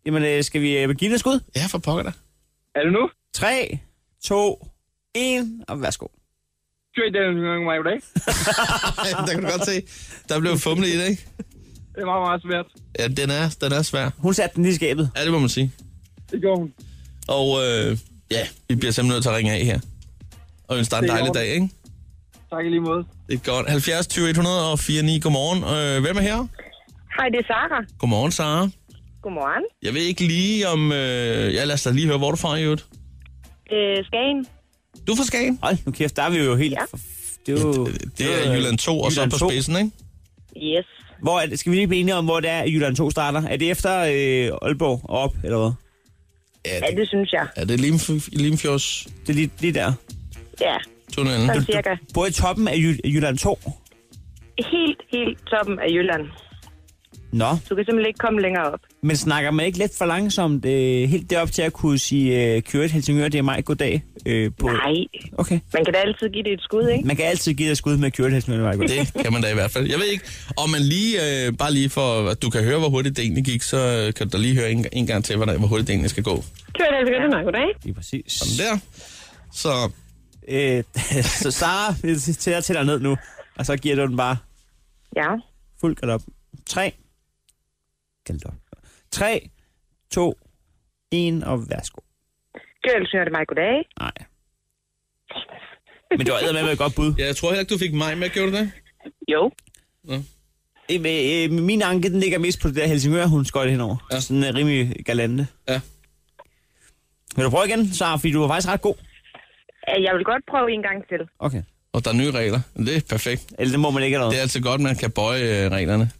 Jamen, øh, skal vi øh, give det et skud?
ja for pokker da.
Er det nu?
3, 2, 1. Og værsgo.
Kyrette Helsingør, det er mig goddag.
Ej, der kan du godt se. Der blev fumlet i det, ikke?
Det er meget, meget svært.
Ja, den er, den er svær.
Hun satte den lige i skabet.
Ja, det må man sige.
Det gjorde hun.
Og øh, ja, vi bliver simpelthen nødt til at ringe af her. Og ønske dig en
Det er
dejlig
i
dag, ikke?
Tak i lige måde.
Det er godt. 70 20 100 og 49. Godmorgen. Øh, hvem er her?
Hej, det er Sara.
Godmorgen, Sara.
Godmorgen.
Jeg ved ikke lige om... Øh, ja, lad os da lige høre, hvor er du fra, i øvrigt.
Øh, Skagen.
Du er fra Skagen?
Hold nu kæft, der er vi jo helt...
Ja.
Øh, Det er jo...
Det er Jylland 2, og så
Jylland
på
2.
spidsen, ikke?
Yes.
Hvor er det, skal vi lige blive enige om, hvor det er, at Jylland 2 starter? Er det efter øh, Aalborg og op, eller hvad?
Ja,
Ja,
det,
det synes jeg.
er det Limf- Limfjordstunnelen?
Det er lige, lige der.
Ja,
Du,
sådan
du,
cirka.
Både i toppen af Jy- Jylland 2.
Helt, helt toppen af Jylland.
Nå,
Du kan simpelthen ikke komme længere op.
men snakker man ikke lidt for langsomt øh, helt derop til at kunne sige, øh, Kjøret Helsingør, det er mig, goddag? Øh, på...
Nej,
Okay.
man kan da altid give det et skud, ikke?
Man kan altid give dig et skud med Kjøret Helsingør, det er mig, goddag.
det kan man da i hvert fald. Jeg ved ikke, om man lige... Øh, bare lige for, at du kan høre, hvor hurtigt det egentlig gik, så øh, kan du da lige høre en, en gang til, hvordan, hvor hurtigt det egentlig skal gå.
Kjørt altså godt nok, goddag.
Lige præcis.
Sådan der. Så
Øh, så Sara, vi tæller til dig ned nu, og så giver du den bare
Ja.
fuld galop. 3. Galop. 3, 2, 1, og værsgo.
Kjørt altså godt nok, goddag.
Nej. Men det var med et godt bud.
ja, jeg tror heller ikke, du fik mig med, gjorde du det?
Jo.
Øh, øh, min anke, den ligger mest på det der Helsingør, hun skøjte henover. Ja.
Ja.
Sådan øh, rimelig galante.
Ja.
Vil du prøve igen, Sara, fordi du var faktisk ret god.
Øh, Jeg vil godt prøve en gang til.
Okay.
Og der er nye regler. Det er perfekt.
Eller det må man ikke eller
Det er
noget.
altid godt, man kan bøje øh, reglerne.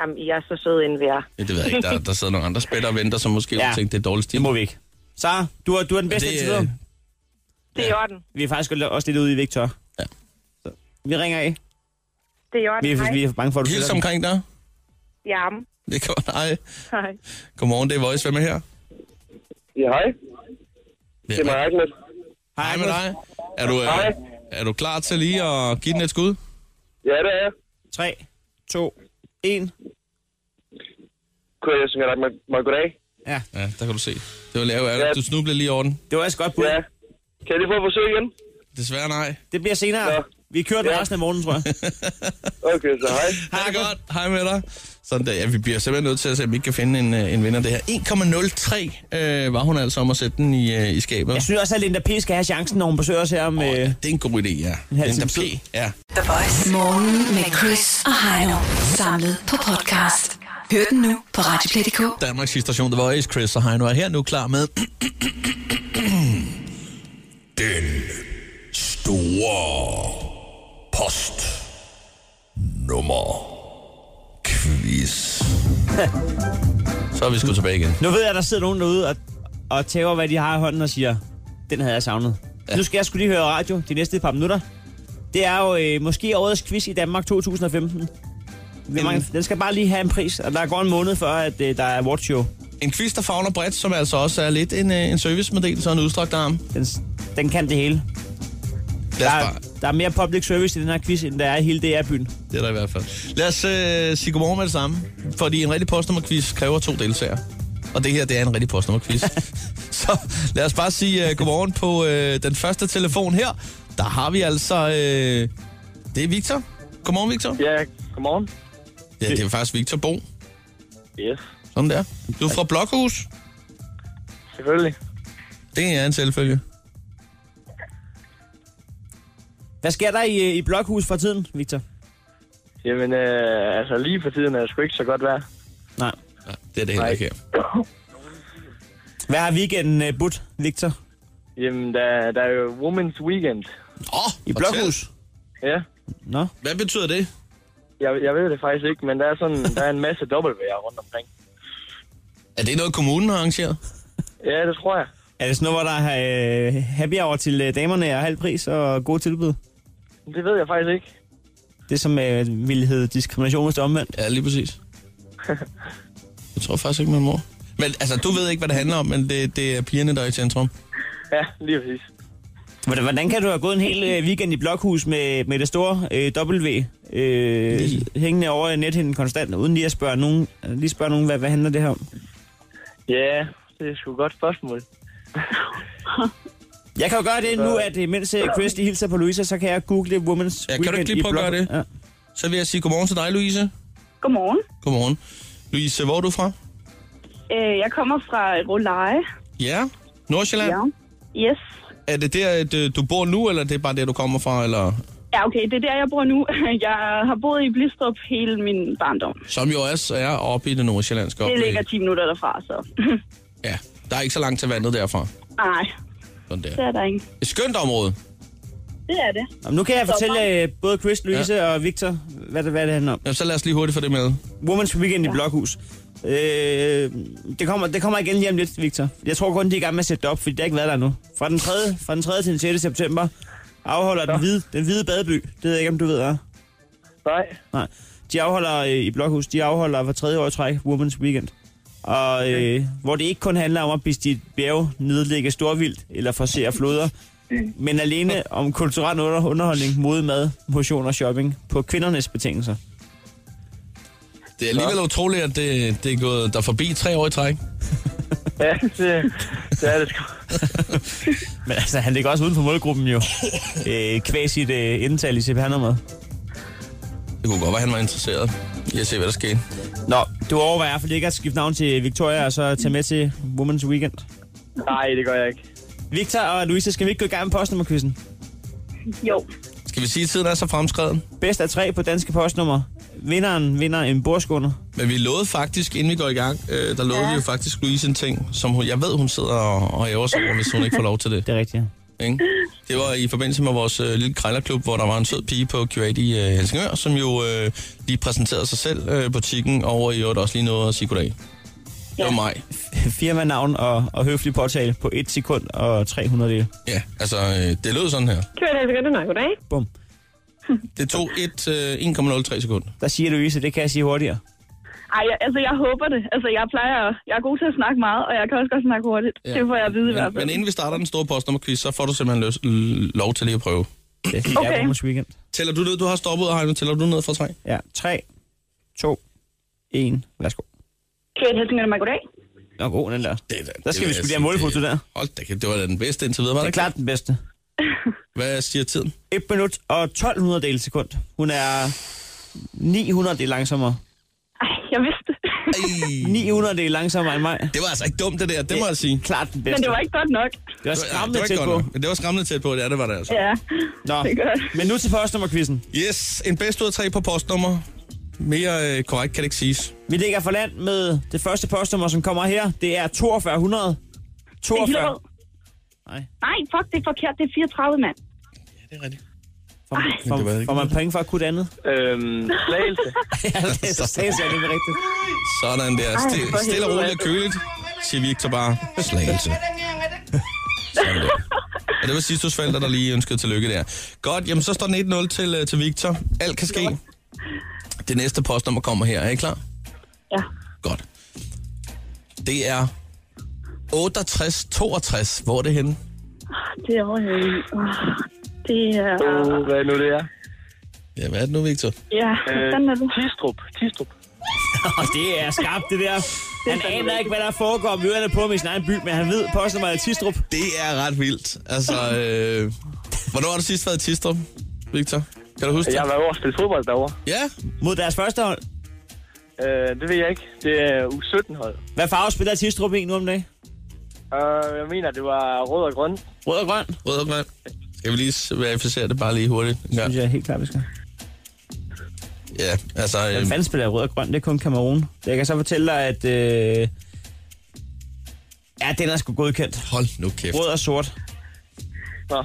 Jamen, I er så søde inden ved jer.
Ja, det ved jeg ikke. Der, der sidder nogle andre spætter og venter, som måske
Ja.
ja. tænker, det er dårlig stil.
Det må vi ikke. Sara, du er, du er den bedste
det,
indtil videre.
øh,
Det er i orden.
Vi er faktisk også lidt ude i Victor.
Ja.
Så, vi ringer af.
Det er i orden.
Vi er,
Hej.
vi er bange for, at du
Hils
spiller
omkring dig.
Ja,
Det kan nej.
hej.
Godmorgen, det er Voice. Hvem er her?
Ja, hej.
Hvem
Det er mig, Agnes.
den.
Hej med dig. Er du,
Hej.
øh, er du klar til lige at give den et skud?
Ja, det er jeg.
3, 2, 1.
Kyrette Helsingør, det er mig goddag.
Ja,
Ja, der kan du se. Det var lave af
Ja.
dig. Du snublede lige over den.
det var også godt bud.
Ja. Kan jeg lige få et forsøg igen?
Desværre nej.
Det bliver senere.
Ja.
Vi kører den
Ja.
resten af morgenen, tror jeg.
Okay, så hej.
Ha' det godt. Hej med dig. Sådan der. Ja, vi bliver simpelthen nødt til at se, om vi ikke kan finde en, øh, en vinder af det her. 1,03 øh, var hun altså om at sætte den i, øh, i skabet.
Jeg synes også, at Linda P. skal have chancen, når hun besøger os her om...
Åh,
Øh,
det er en god idé, ja.
en halv
Den der
times tid.
P, ja.
The Voice. Morgen med Chris og Heino. Samlet på podcast. Hør den nu på Radioplay.dk.
Danmarks station, The Voice, Chris og Heino er her nu klar med... Den store post nummer quiz. Så er vi sgu tilbage igen.
nu ved jeg, at der sidder nogen derude og, og tæver, hvad de har i hånden og siger, den havde jeg savnet. Ja. Nu skal jeg skulle lige høre radio de næste par minutter. Det er jo øh, måske årets quiz i Danmark 2015. Hvor mange, den skal bare lige have en pris, og der går en måned før, at øh, der er awardshow.
En quiz, der fagner bredt, som altså også er lidt en, øh, en servicemeddelelse og en udstrakt arm.
Den, s- den kan det hele.
Lad os
Der,
bare,
Der er mere public service i den her quiz, end der er i hele DR-byen.
Det er der i hvert fald. Lad os øh, sige godmorgen med det samme, fordi en rigtig postnummerquiz kræver to deltagere. Og det her, det er en rigtig postnummerquiz. så lad os bare sige øh, godmorgen på øh, den første telefon her. Der har vi altså... Øh, det er Victor. Godmorgen, Victor.
Ja, godmorgen.
Ja, det er faktisk Victor Bo.
Yes,
Sådan der. Du er fra Blokhus.
selvfølgelig.
Det er en selvfølge.
Hvad sker der i, øh, i Blokhus for tiden, Victor?
Jamen, øh, altså lige for tiden er det sgu ikke så godt vejr.
Nej.
Nej, det er det heller ikke her.
Hvad har weekenden øh, budt, Victor?
Jamen, der, der er jo Women's Weekend.
Åh,
I
fortæl.
Blokhus?
Ja,
Nå.
Hvad betyder det?
jeg, jeg ved det faktisk ikke, men der er sådan der er en masse dobbeltværer rundt omkring.
Er det noget, kommunen har arrangeret?
Ja, det tror jeg.
Er det sådan noget, hvor der er øh, happy hour til øh, damerne og halv pris og gode tilbud?
Det ved jeg faktisk ikke.
Det som øh, ville hedde diskrimination hvis det er omvendt.
Ja, lige præcis. Jeg tror faktisk ikke, man må. Men altså, du ved ikke, hvad det handler om, men det, det er pigerne, der er i centrum.
Ja, lige præcis.
Hvordan, hvordan kan du have gået en hel øh, weekend i Blokhus med, med det store øh, W øh, hængende over i nethinden konstant, uden lige at spørge nogen, lige spørge nogen hvad, hvad handler det her om?
Ja, det er sgu et godt spørgsmål.
Jeg kan jo gøre det nu, at øh, mens øh, Chris de hilser på Louisa, så kan jeg google Women's
Ja, kan du
Weekend
ikke lige
i
prøve at gøre
Blokhus?
det? Så vil jeg sige godmorgen til dig, Louise.
Godmorgen.
Godmorgen. Louise, hvor er du fra?
Øh, jeg kommer fra Roleje.
Ja, Nordsjælland. Ja.
Yes.
Er det der, at øh, du bor nu, eller det er bare der, du kommer fra? Eller?
Ja, okay, det er der, jeg bor nu. Jeg har boet i Blistrup hele min barndom.
Som jo også er oppe i det nordsjællandske
Det
oplæg.
ligger 10 minutter derfra, så...
Ja, der er ikke så langt til vandet derfra.
Nej,
Sådan der.
det er der ikke.
Et skønt område.
Det er det.
Jamen, nu kan jeg fortælle øh, både Chris, Louise ja. og Victor, hvad det, hvad det handler om.
Jamen, så lad os lige hurtigt få det med.
Women's Weekend i Blokhus. Øh, det, kommer, det kommer igen lige om lidt, Victor. Jeg tror kun, de er i gang med at sætte det op, fordi det har ikke været der nu. Fra den 3. Fra den 3. til den 6. september afholder den hvide, den hvide badeby. Det ved jeg ikke, om du ved, hvad.
Nej,
Nej. De afholder øh, i Blokhus, de afholder for tredje år i træk Women's Weekend. Og øh, hvor det ikke kun handler om at bestige bjerge, nedlægge storvildt eller forsere floder, men alene om kulturel under- underholdning, mode, mad, motion og shopping på kvindernes betingelser.
Det er alligevel utroligt, at det, det er gået der forbi tre år i træk.
Ja, det, det er det sgu.
Men altså, han ligger også uden for målgruppen jo. Øh, kvæg sit øh, indtal i CPR-nummeret.
Det kunne godt være, han var interesseret i at se, hvad der skete.
Nå, du overvejer i hvert fald ikke at skifte navn til Victoria, og så tage med til Women's Weekend.
Nej, det gør jeg ikke.
Victor og Louise, skal vi ikke gå i gang med postnummerkvisten?
Jo.
Skal vi sige, at tiden er så fremskreden?
Bedst af tre på danske postnummer. Vinderen vinder en bordskåner.
Men vi lovede faktisk, inden vi går i gang, øh, der lovede ja. vi jo faktisk Louise en ting, som hun, jeg ved, hun sidder og, og æver sig over, hvis hun ikke får lov til det.
Det er rigtigt, ja.
Ikke? Det var i forbindelse med vores øh, lille krejlerklub, hvor der var en sød pige på Q8 i øh, Helsingør, som jo øh, lige præsenterede sig selv øh, butikken, og i øvrigt også lige nåede at sige goddag. Det var mig.
Firmanavn og, og høflig påtale på 1 sekund og 300 dele.
Ja, altså, øh, det lød sådan her.
Kører det, det nok, goddag.
Bum.
Det tog et, øh, 1,03 sekunder.
Der siger Louise, det kan jeg sige hurtigere.
Ej, jeg, altså, jeg håber det. Altså, jeg plejer... at- Jeg er god til at snakke meget, og jeg kan også godt snakke hurtigt. Ja. Det får jeg at vide i hvert
Men,
fald.
men inden vi starter den store postnummerquiz, så får du simpelthen løs, lov til lige at prøve.
Det er
Okay.
Women's Weekend.
Tæller du ned? Du har stoppet, Heino. Tæller du ned fra tre?
Ja, 3, 2, 1. Værsgo.
Kører det, Helsingør, mig, goddag.
Nå, god den der.
Det, er da-
Der skal
vil jeg
vi sgu lige
sige,
have målfoto der.
Hold da kæft, det var da den bedste indtil videre, var
Det
det
er
ikke?
klart den bedste.
Hvad siger tiden?
1 minut og 1200 del sekund. Hun er 900 del langsommere.
Ej, jeg vidste det.
Ej,
900 del langsommere end mig.
det var altså ikke dumt, det der. Det må jeg sige.
Klart den
Men
bedste.
det var ikke godt nok.
det var
det
skræmmende
var
tæt
ikke
på.
godt nok, men det var skræmmende tæt på, ja, det var det altså.
Ja,
Nå,
det gør
men nu til postnummerquizzen.
Yes, en bedst ud af tre på postnummer. Mere øh, korrekt kan det ikke siges.
Vi ligger for land med det første postnummer, som kommer her. Det er 4200.
Det er
42.
Hillerød.
Nej,
Nej, fuck, det er forkert. Det er 34, mand.
Ja, det er rigtigt.
får man,
Men det var
får,
ikke
får man point for at kunne det andet?
Øhm, slagelse.
Ja, det er så stadig det er rigtigt.
Sådan der. Stil,
for
stille og
helvede,
roligt og køligt, siger Victor bare. Slagelse. Sådan der. Og det var sidste hos forældre, der lige ønskede tillykke der. Godt, jamen så står den 1-0 til, øh, til Victor. Alt kan ske. Det næste postnummer kommer her. Er I klar?
Ja.
Godt. Det er 68 62. Hvor er det henne?
Det er overhængende.
Det er...
Uh, hvad nu det er?
Ja, hvad er det nu, Victor?
Ja,
Øh,
den er du.
Tistrup. Tistrup.
Og det er skarpt, det der. Han aner ikke, hvad der foregår med ørerne på med sin egen by, men han ved påstår mig, at Tistrup.
Det er ret vildt. Altså, øh, hvornår har du sidst været i Tistrup, Victor? Kan du huske
Jeg
det?
har været over og spille fodbold derovre.
Ja,
mod deres første hold.
Øh, det ved jeg ikke. Det er u 17 hold.
Hvad farve spiller Tistrup i nu om dagen?
Øh, jeg mener, det var rød og grøn.
Rød og grøn?
Rød og grøn. Skal vi lige s- verificere det bare lige hurtigt? Ja,
Synes jeg helt klart, vi skal.
ja altså...
Hvem
Øh,
fanden spiller i rød og grøn? Det er kun Kamerun. Jeg kan så fortælle dig, at... Øh... Ja, den er sgu godkendt.
Hold nu kæft.
Rød og sort.
Nå.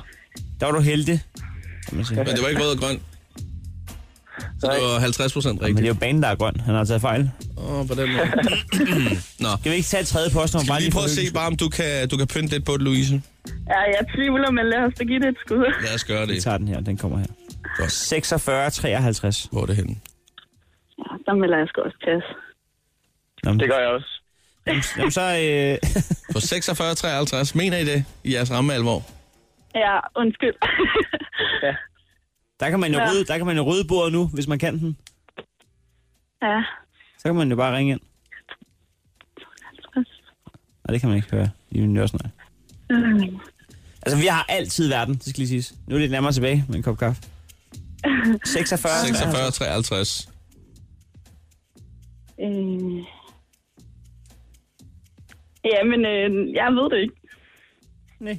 Der var du heldig. kan man sige.
men det var ikke rød og grøn. Så det var 50 procent
Men
rigtigt.
det er jo banen, der er grøn. Han har taget fejl.
Åh, oh, på den måde. Nå.
Skal vi ikke tage et tredje påstand?
Skal vi lige prøve at se, bare om du kan, du kan pynte lidt på det, Louise?
Ja, jeg tvivler, men lad os da give det et skud.
Lad os gøre det. Vi
tager den her, den kommer her. 46-53.
Hvor er det henne?
Så melder jeg sgu også pas.
Jamen.
Det gør jeg også.
Jamen, så... Øh...
på 46-53, mener I det i jeres ramme alvor?
Ja, undskyld.
Der kan man jo
Ja.
rydde, der kan man jo rydde bordet nu, hvis man kan den.
ja,
Så kan man jo bare ringe ind. Nej, det kan man ikke høre. I min også nej.
Mm.
Altså, vi har altid verden, det skal lige siges. Nu er det lidt nærmere tilbage med en kop kaffe. 46.
46-53.
Øh. Ja, men øh, jeg ved det ikke.
Nej.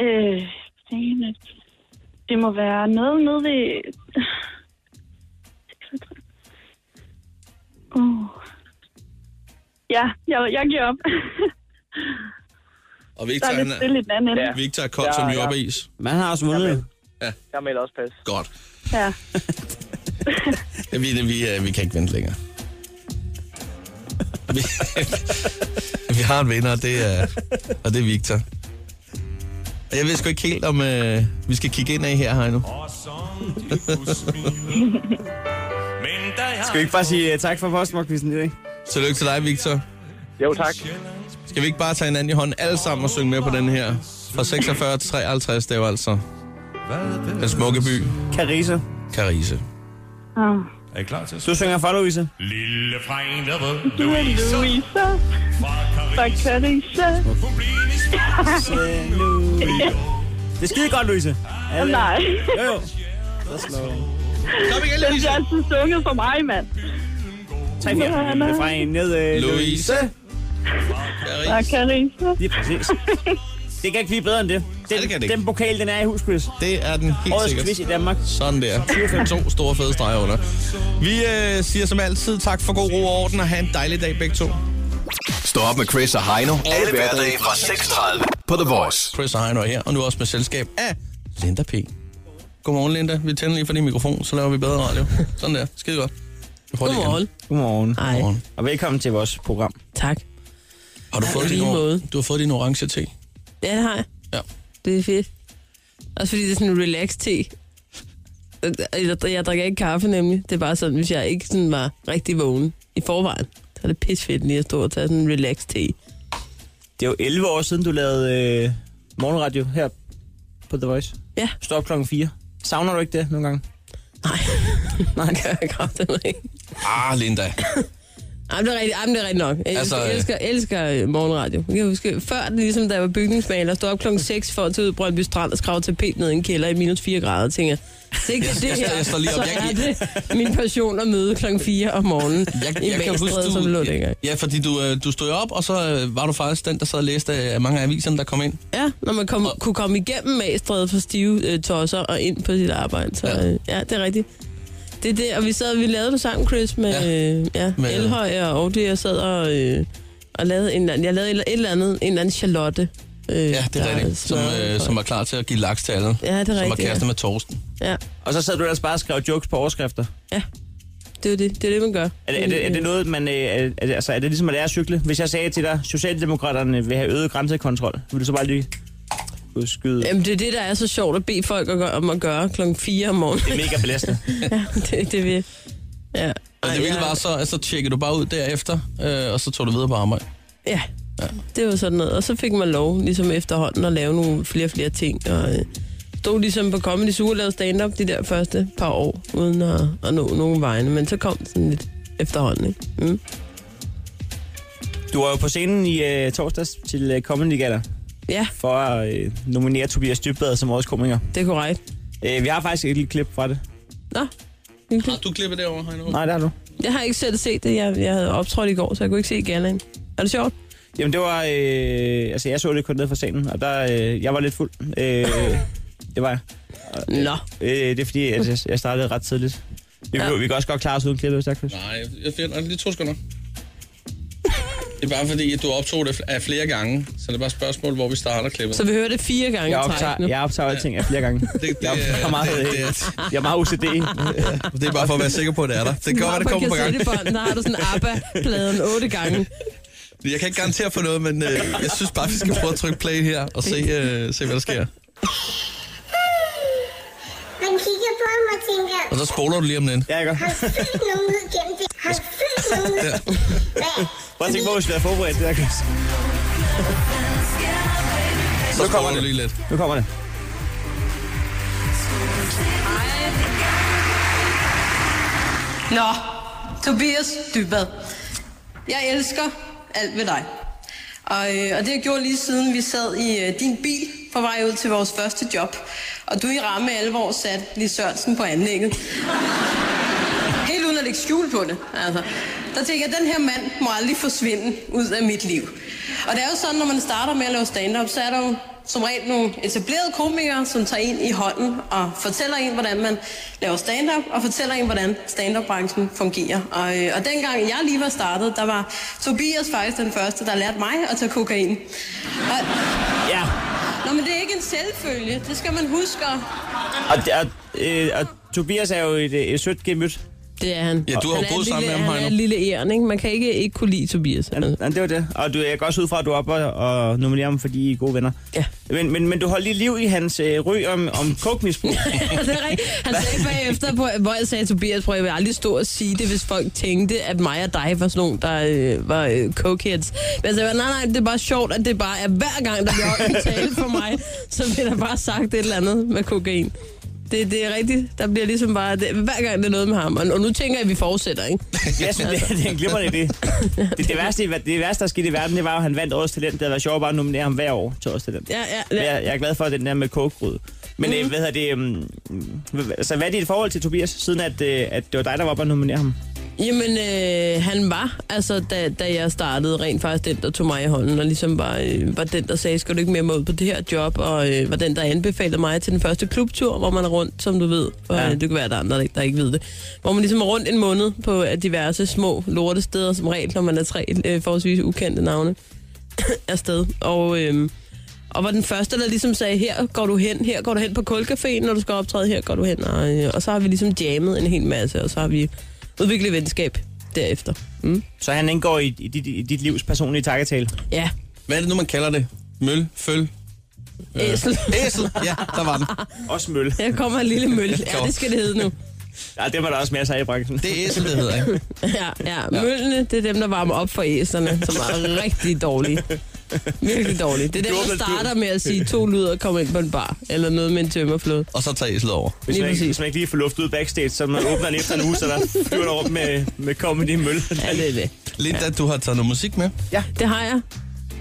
Øh, fanden, at det må være noget nede ved... Uh. Ja, jeg, jeg giver op.
Og
Der
Victor,
er lidt stille i den anden ende.
ja. Victor er kold
Ja,
som
ja.
jordbeis.
Man har også vundet.
Ja,
Jeg melder også pas.
godt.
Ja.
Ja, vi, vi, øh, vi kan ikke vente længere. Vi, vi har en vinder, og det er, og det er Victor. Og jeg ved sgu ikke helt, om øh, vi skal kigge ind af her, Heino.
Skal vi ikke bare sige uh, tak for postmorkvisten i dag?
Tillykke til dig, Victor.
Jo, tak.
Skal vi ikke bare tage hinanden i hånden alle sammen og synge med på den her? Fra 46 til 53, det er jo altså den smukke by,
Carise.
Carise.
Oh.
Er I klar til
Du synger for, Louise.
Lille Fregnede
Louise. Louise. Fra Carissa.
Det er skide godt, Louise. Alle-
Nej.
Jo, jo.
Kom igen,
Det bliver altid sunget for mig, mand.
Tre mere. Det er fra en ned. øh,
Louise.
Fra Carissa.
Lige præcis. Det kan ikke blive bedre end det. Den, det,
kan det ikke.
den pokal, den er i husquiz.
Det er den helt
Årets
sikkert.
quiz i Danmark.
Sådan der. To store fede streger under. Vi øh, siger som altid tak for god ro og orden, og have en dejlig dag begge to.
Stå op med Chris og Heino. Alle hverdage fra 6.30 på The Voice.
Chris og Heino er her, og nu også med selskab af Linda P. Godmorgen, Linda. Vi tænder lige for din mikrofon, så laver vi bedre radio. Sådan der. Skide godt. Vi prøver det igen.
Godmorgen.
Godmorgen.
Hej.
Og velkommen til vores program.
Tak.
Har du
Ja,
fået,
i
din,
lige
or-
måde.
du har fået din orange te?
Ja, det har jeg.
Ja.
Det er fedt. Også fordi det er sådan en relax-te. Jeg, jeg drikker ikke kaffe nemlig. Det er bare sådan, hvis jeg ikke sådan var rigtig vågen i forvejen, så er det pisfedt lige at stå og tage sådan en relax-te.
Det er jo 11 år siden, du lavede øh, morgenradio her på The Voice.
Ja.
Stå op klokken 4. Savner du ikke det nogle gange?
Nej, det kan jeg kraftigt ikke.
Ah, Linda.
Jamen, det er rigtigt, jamen, det er rigtigt nok. Jeg
Altså,
elsker,
øh,
elsker, elsker øh, morgenradio. Jeg kan huske, før, ligesom da jeg var bygningsmaler, stod jeg op klokken 6 for at tage ud i Brøndby Strand og skrave tapet ned i en kælder i minus 4 grader, og tænker, hvis ikke
Jeg-
det er
jeg
det
står-
her,
jeg står lige op.
så
Jeg-
er det min passion at møde klokken 4 om morgenen i Magstræde, som det lå dengang.
ja, fordi du, øh, du stod jo op, og så øh, var du faktisk den, der sad og læste af mange af aviserne, der kom ind.
Ja, når man kom, kunne komme igennem Magstræde for stive øh, tosser og ind på sit arbejde. Så øh, ja, det er rigtigt. Det er det, og vi sad, vi lavede det sammen, Chris, med, ja. Øh, ja,
Med-
med Elhøj og Audi, jeg sad og, øh, og lavede en eller anden, jeg lavede et eller andet, en eller anden Charlotte. Øh,
Ja, det er rigtigt. Som, øh, som var klar til at give laks til alle.
Ja, det er
Som var
rigtigt,
kæreste
ja.
med Torsten.
Ja,
Og så sad du ellers bare og skrev jokes på overskrifter.
det er det, det, er det man gør.
Er det, er det, er det noget, man... øh, Er, er, det- altså, er det ligesom, at det er at cykle? Hvis jeg sagde til dig, Socialdemokraterne vil have øget grænsekontrol, vil du så bare lige udskyde?
Jamen, det er det, der er så sjovt at bede folk at gøre, om at gøre klokken 4 om morgenen.
Det er mega belastende.
ja, det, det vil. Ja.
Og det vilde
jeg-
var så, at så tjekkede du bare ud derefter, øh, og så tog du videre på arbejde.
Ja, det var sådan noget. Og så fik man lov, ligesom efterhånden, at lave nogle flere og flere ting. Og, øh,
stod ligesom på Comedy Zoo og lavede stand-up de der første par år, uden at, at nå nogen vegne. Men så kom det sådan lidt efterhånden, ikke? Mm.
Du var jo på scenen i øh, torsdags til øh, Comedy Gala.
Ja.
For at øh, nominere Tobias Dybvad som årets komiker.
Det er korrekt.
Øh, vi har faktisk et lille klip fra det.
Nå,
Har du klippet det over, Heino?
Nej, det har du.
Jeg har ikke selv set det. Jeg, jeg havde optrådt i går, så jeg kunne ikke se galaen. Er det sjovt?
Jamen det var, øh, altså jeg så det kun ned fra scenen, og der, øh, jeg var lidt fuld. Øh, det var jeg. Og, øh,
Nå.
Øh, det er fordi, at jeg, jeg startede ret tidligt. Vi, ja. vi kan også godt klare os uden klippet, hvis der er
Nej, jeg finder det er lige to sekunder. Det er bare fordi, at du optog det fl- af flere gange, så det er bare et spørgsmål, hvor vi starter klippet.
Så vi hører det fire gange
Jeg
i træk nu.
optager, jeg optager alting af flere gange. Det, det, jeg, er meget, det, det, jeg er meget OCD.
Det er bare for at være sikker på, at det er der. Det kan godt være, det kommer på gang.
gang. Der har du sådan ABBA-pladen otte gange.
Jeg kan ikke garantere for noget, men øh, jeg synes bare, vi skal prøve at trykke play her og se, øh, se hvad der sker.
Han kigger på ham og tænker,
Og så spoler du lige om lidt.
Ja, jeg
har født nogen ud gennem det. Har født nogen ud.
Prøv at tænke på, hvis vi havde forberedt det der, Chris.
Så spoler du lige lidt.
Nu kommer det.
Nå, Tobias Dybad. Jeg elsker alt ved dig. Og, øh, og det har jeg gjort lige siden vi sad i øh, din bil på vej ud til vores første job. Og du i ramme alvor satte Lis Sørensen på anlægget. Helt uden at lægge skjul på det, altså. Der tænker jeg, at den her mand må aldrig forsvinde ud af mit liv. Og det er jo sådan, når man starter med at lave stand-up, så er der jo som regel nogle etablerede komikere, som tager en i hånden og fortæller en, hvordan man laver stand-up, og fortæller en, hvordan stand-up-branchen fungerer. Og, øh, og dengang jeg lige var startet, der var Tobias faktisk den første, der lærte mig at tage kokain. Og...
Ja.
Nå, men det er ikke en selvfølge. Det skal man huske. at-
Og, det- og, øh, og Tobias er jo et, øh, et sødt gemyt.
Det er han.
Ja, du har
han
jo
er
boet
en
sammen
lille,
med ham,
Han er
Heino.
en lille æren, ikke? Man kan ikke, ikke kunne lide Tobias. Altså.
Ja, det var det. Og du, jeg går også ud fra, at du er oppe og, og nominerer ham, fordi I er gode venner.
Ja.
Men, men, men du holdt lige liv i hans øh, ryg om, om kokmisbrug.
det er rigtigt. Han sagde bagefter, hvor, hvor jeg sagde, Tobias, prøv, jeg vil aldrig stå og sige det, hvis folk tænkte, at mig og dig var sådan nogle, der øh, var øh, cokeheads. Men jeg sagde, nej, nej, det er bare sjovt, at det bare er hver gang, der bliver holdt en tale for mig, så bliver der bare sagt et eller andet med kokain. Det, det er rigtigt. Der bliver ligesom bare, det, hver gang det er noget med ham. Og, og nu tænker jeg, at vi fortsætter, ikke?
Jeg synes, det, det er en glimrende idé. Det, det, værste, i ver- det værste, der skete i verden, det var jo, at han vandt årets talent. Det havde været sjovt bare at nominere ham hver år til årets talent.
Ja, ja, Mhm. ja.
Men Jeg, jeg er glad for at den der med kogegryd. Men mm. øh, hvad hedder det... Um, altså, hvad er dit forhold til Tobias, siden at, øh, at det var dig, der var oppe og nominere ham?
Jamen, øh, han var, altså, da, da jeg startede, rent faktisk den, der tog mig i hånden, og ligesom var, øh, var den, der sagde, skal du ikke mere med ud på det her job, og øh, var den, der anbefalede mig til den første klubtur, hvor man er rundt, som du ved, og ja. øh, det kan være, der er andre, der ikke- der ikke ved det, hvor man ligesom er rundt en måned på øh, diverse små lortesteder, som regel, når man er tre øh, forholdsvis ukendte navne afsted, og... Øh, og var den første, der ligesom sagde, her går du hen, her går du hen på kulcaféen, når du skal optræde, her går du hen. Og, øh, og så har vi ligesom jammet en hel masse, og så har vi udviklet venskab derefter. Mm.
Så han indgår i, i, dit, i dit livs personlige takketale?
Ja.
Hvad er det nu, man kalder det? Møl? Føl? Øh,
Æsel.
Æsel, ja, der var den.
Også møl.
Her kommer en lille mølle. Ja, det skal det hedde nu.
Ja, det var der også mere sig i branchen.
Det er æsel, det hedder, ikke?
Ja, ja. Møllene, det er dem, der varmer op for æserne, som er rigtig dårlige. Virkelig dårlige. Det er dem, der starter med at sige to lyder og kommer ind på en bar, eller noget med en tømmerflod.
Og så tager æslet over.
Hvis man, ikke, hvis man ikke lige får luft ud backstage, så man åbner den efter en uge, så der flyver der rundt med, med comedy møl.
Ja, det er det.
Linda, du har taget noget musik med.
Ja.
Det har jeg.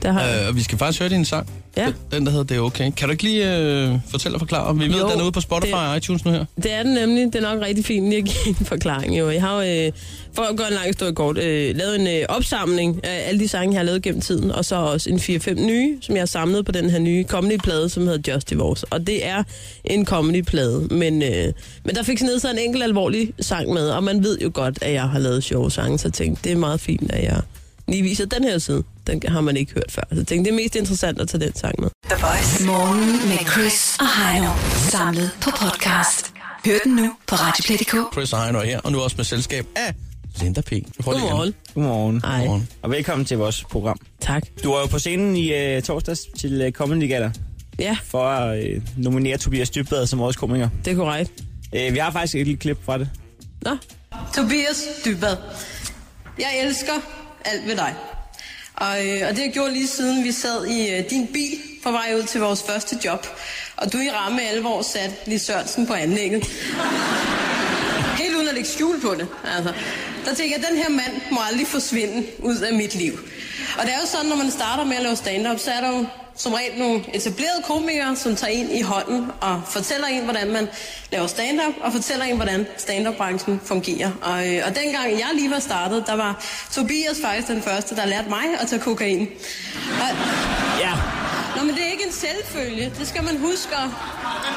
Det har jeg.
Øh, og vi skal faktisk høre din sang.
Ja.
Den, der hedder Det er okay. Kan du ikke lige øh, fortælle og forklare? Vi ved,
Jo,
jo, den er ude på Spotify
det-
og iTunes nu her.
Det er den nemlig. Det er nok rigtig fint lige at give en forklaring. Jo. Jeg har jo, øh, for at gøre en lang historie kort, øh, lavet en øh, opsamling af alle de sange, jeg har lavet gennem tiden, og så også en 4-5 nye, som jeg har samlet på den her nye comedy-plade, som hedder Just Divorce. Og det er en comedy-plade, men, øh, men der fik sådan så en enkelt alvorlig sang med, og man ved jo godt, at jeg har lavet sjove sange, så jeg tænkte, det er meget fint, at jeg lige viser den her side. Den har man ikke hørt før. Så jeg tænkte, det er mest interessant at tage den sang med.
The Voice. Morgen med Chris og Heino. Samlet på podcast. Hør den nu på Radioplay.dk.
Chris og Heino er her, og nu også med selskab af Linda P.
Godmorgen.
Godmorgen.
Hej.
Godmorgen. Og velkommen til vores program.
Tak.
Du var jo på scenen i øh, torsdags til øh, Comedy Gala.
Ja.
For at øh, nominere Tobias Dybvad som årets komiker.
Det er korrekt.
Øh, vi har faktisk et lille klip fra det.
Nå.
Tobias Dybad. Jeg elsker alt ved dig. Og, øh, og det har jeg gjort lige siden vi sad i øh, din bil på vej ud til vores første job. Og du i ramme alvor sat lige Sørensen på anlægget. Helt uden at lægge skjul på det. Altså. Der tænker jeg, den her mand må aldrig forsvinde ud af mit liv. Og det er jo sådan, når man starter med at lave stand-up, så er der jo som regel nogle etablerede komikere, som tager en i hånden og fortæller en, hvordan man laver stand-up, og fortæller en, hvordan stand-up-branchen fungerer. Og, øh, og dengang jeg lige var startet, der var Tobias faktisk den første, der lærte mig at tage kokain. Og...
Ja.
Nå, men det er ikke en selvfølge. Det skal man huske. at-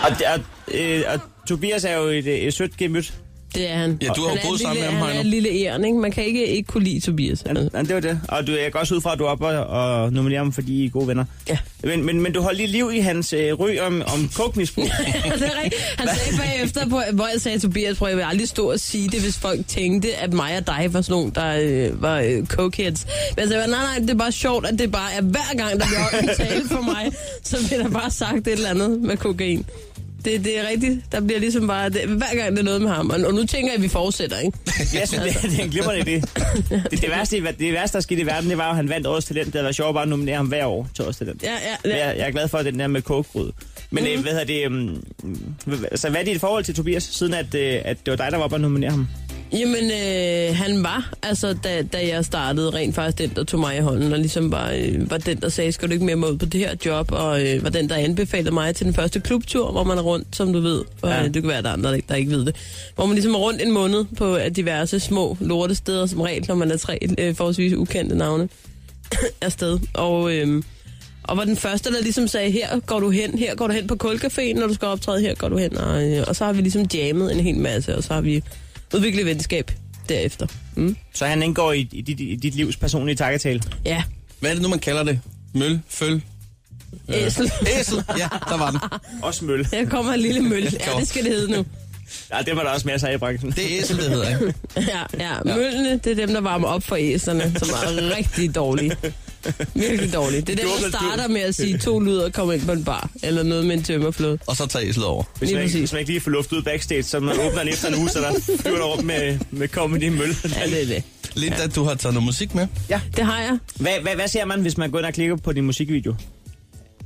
Og, og, øh, og Tobias er jo et, øh, et sødt gemyt.
Det er han.
Ja, du har
han
jo
er
boet
en
sammen
lille,
med ham,
Han er
Heino.
en lille æren, ikke? Man kan ikke ikke kunne lide Tobias.
Ja, ja, det var det. Og du, jeg går også ud fra, at du er oppe og, og nominerer ham, fordi I er gode venner.
Ja.
Men, men, men du holdt lige liv i hans øh, ryg om, om kokmisbrug.
det er rigtigt. Han sagde bagefter, på, hvor jeg sagde, Tobias, prøv, jeg vil aldrig stå og sige det, hvis folk tænkte, at mig og dig var sådan nogle, der øh, var øh, cokeheads. Men jeg sagde, nej, nej, det er bare sjovt, at det bare er hver gang, der bliver holdt en tale for mig, så bliver der bare sagt et eller andet med kokain. Det, det er rigtigt. Der bliver ligesom bare... Det, hver gang det er noget med ham. Og, og nu tænker jeg, at vi fortsætter, ikke?
Jeg synes, det, er- det er en glimrende idé. Det, det, værste, i ver- det værste, der skete i verden, det var, at han vandt årets talent. Det havde været sjovt bare at nominere ham hver år til årets talent.
Ja, ja, Mhm.
Men
ja.
Jeg, jeg er glad for den der med kogegrød. Men mm. øh, hvad hedder det... Um, så hvad er dit forhold til Tobias, siden at, øh, at det var dig, der var oppe og nominere ham?
Jamen, øh, han var, altså, da, da jeg startede, rent faktisk den, der tog mig i hånden, og ligesom var, øh, var den, der sagde, skal du ikke med mig ud på det her job, og øh, var den, der anbefalede mig til den første klubtur, hvor man er rundt, som du ved, og
Ja.
ja. det kan være, at der er andre, der ikke- der ikke ved det, hvor man ligesom er rundt en måned på øh, diverse små lortesteder, som regel, når man er tre øh, forholdsvis ukendte navne afsted, og... Øh, og var den første, der ligesom sagde, her går du hen, her går du hen på kulcaféen, når du skal optræde, her går du hen. Og, øh, og så har vi ligesom jammet en hel masse, og så har vi udviklet venskab derefter. Mm.
Så han indgår i, i, dit, i dit livs personlige takketale?
Ja.
Hvad er det nu, man kalder det? Møl? Føl? Øh,
Æsel.
Æsel, ja, der var den.
Også møl.
Her kommer en lille mølle. Ja, det skal det hedde nu.
Ja, det var der også masser af i branchen.
Det er æsel, det hedder, ikke?
Ja, ja. Møllene, det er dem, der varmer op for æserne, som er rigtig dårlige. Virkelig dårlige. Det er dem, der starter med at sige to lyder og kommer ind på en bar, eller noget med en tømmerflod.
Og så tager æslet over.
Hvis man, ikke, hvis man ikke lige får luft ud backstage, så man åbner den efter en uge, så der flyver der rundt med, med comedy møl.
Ja, det er det.
Linda, du har taget noget musik med.
Ja,
det har jeg.
Hvad, hvad, hvad ser man, hvis man går ind og klikker på din musikvideo?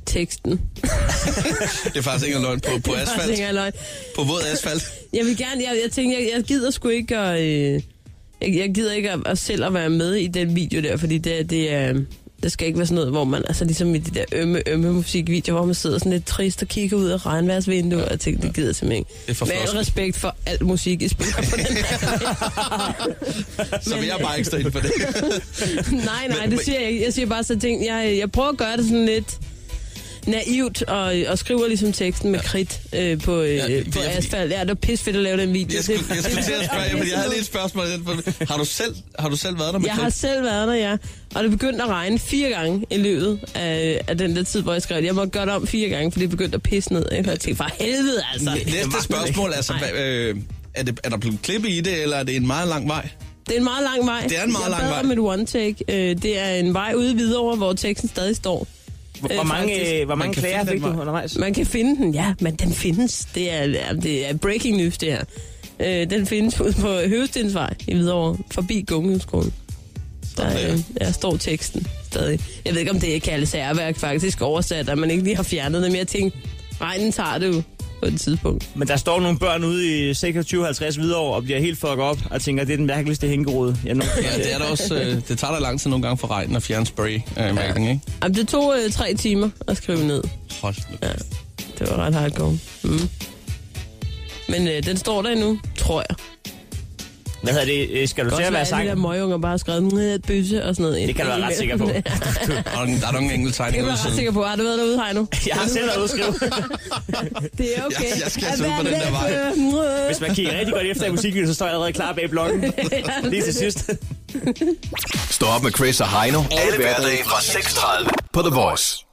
Teksten.
Det er faktisk ikke en løgn på, på
Det er faktisk
asfalt.
ikke engang løgn.
På våd asfalt.
Jeg vil gerne, jeg, jeg tænker, jeg, jeg gider sgu ikke at, øh, jeg, jeg gider ikke at, at selv at være med i den video der, fordi det, det er, det skal ikke være sådan noget, hvor man, altså ligesom i de der ømme, ømme musikvideoer, hvor man sidder sådan lidt trist og kigger ud af regnværsvinduet, og jeg tænker, det gider jeg simpelthen ikke.
Det er for
Med al
flosket.
respekt for alt musik, I spiller på den
Så vil jeg bare ikke stå ind for det.
nej, nej, det siger jeg ikke. Jeg siger bare så ting. Jeg, jeg prøver at gøre det sådan lidt naivt, og, og skriver ligesom teksten med kridt øh, på, øh,
Ja, det er
på
fordi-
asfalt. Ja, det var pissfedt at lave den video.
Jeg skulle, jeg skulle
Det-
til at spørge,
det-
fordi jeg havde lige et spørgsmål. i den forbindelse. Har du selv, har du selv været der med
Jeg har
Kate?
selv været der, ja. Og det begyndte at regne fire gange i løbet af, af den der tid, hvor jeg skrev, jeg måtte gøre det om fire gange, for det begyndte at pisse ned. Ikke? Og jeg tænkte, for helvede altså.
Næste spørgsmål, altså, hvad, øh, er, det, er der blevet klippet i det, eller er det en meget lang vej?
Det er en meget lang vej.
Det er en meget
jeg
lang
bad
vej.
om et one take. Øh, det er en vej ude i Hvidovre, hvor teksten stadig står.
Hvor, hvor mange, øh, hvor mange klager fik du undervejs?
Man kan finde den, ja, men den findes. Det er, ja, det er breaking news, det her. Øh, den findes ude på Høvestensvej i Hvidovre, forbi Gungehusskolen. Der, øh, der står teksten stadig. Jeg ved ikke, om det kan kaldes særværk faktisk oversat, at man ikke lige har fjernet det, men jeg tænkte, regnen tager det jo på et tidspunkt.
Men der står nogle børn ude i 2650 Hvidovre og bliver helt fucket op og tænker, det er den mærkeligste hængerode. Jeg nogensinde har
Ja, det er der
set.
også. Øh, det tager da lang tid nogle gange for regnen at fjerne spray af øh, mærken, ikke?
Jamen, det tog øh, tre timer at skrive ned.
Hold nu.
Ja, det var ret hardcore. Mm. Men øh, den står der endnu, tror jeg.
Hvad hedder det? Øh, Skal du til
Også
at være
alle de der
sang?
møgunger bare har skrevet "Mwah, bøsse og sådan noget.
Det kan du være ret sikker på.
det
Og den- der er nogle enkelte
kan du
tegninger ude
være ret
siden.
sikker på. Har du været derude, Heino?
Jeg har selv været ude og skrive.
Det er okay.
Jeg- jeg skal
At
altså ud på
være
den der vej.
lidt, øh,
Hvis man kigger rigtig godt efter i musikvideoen, så står jeg allerede klar bag bloggen. Lige til sidst.
Stå op med Chris og Heino. Alle hverdage fra 6.30 på The Voice.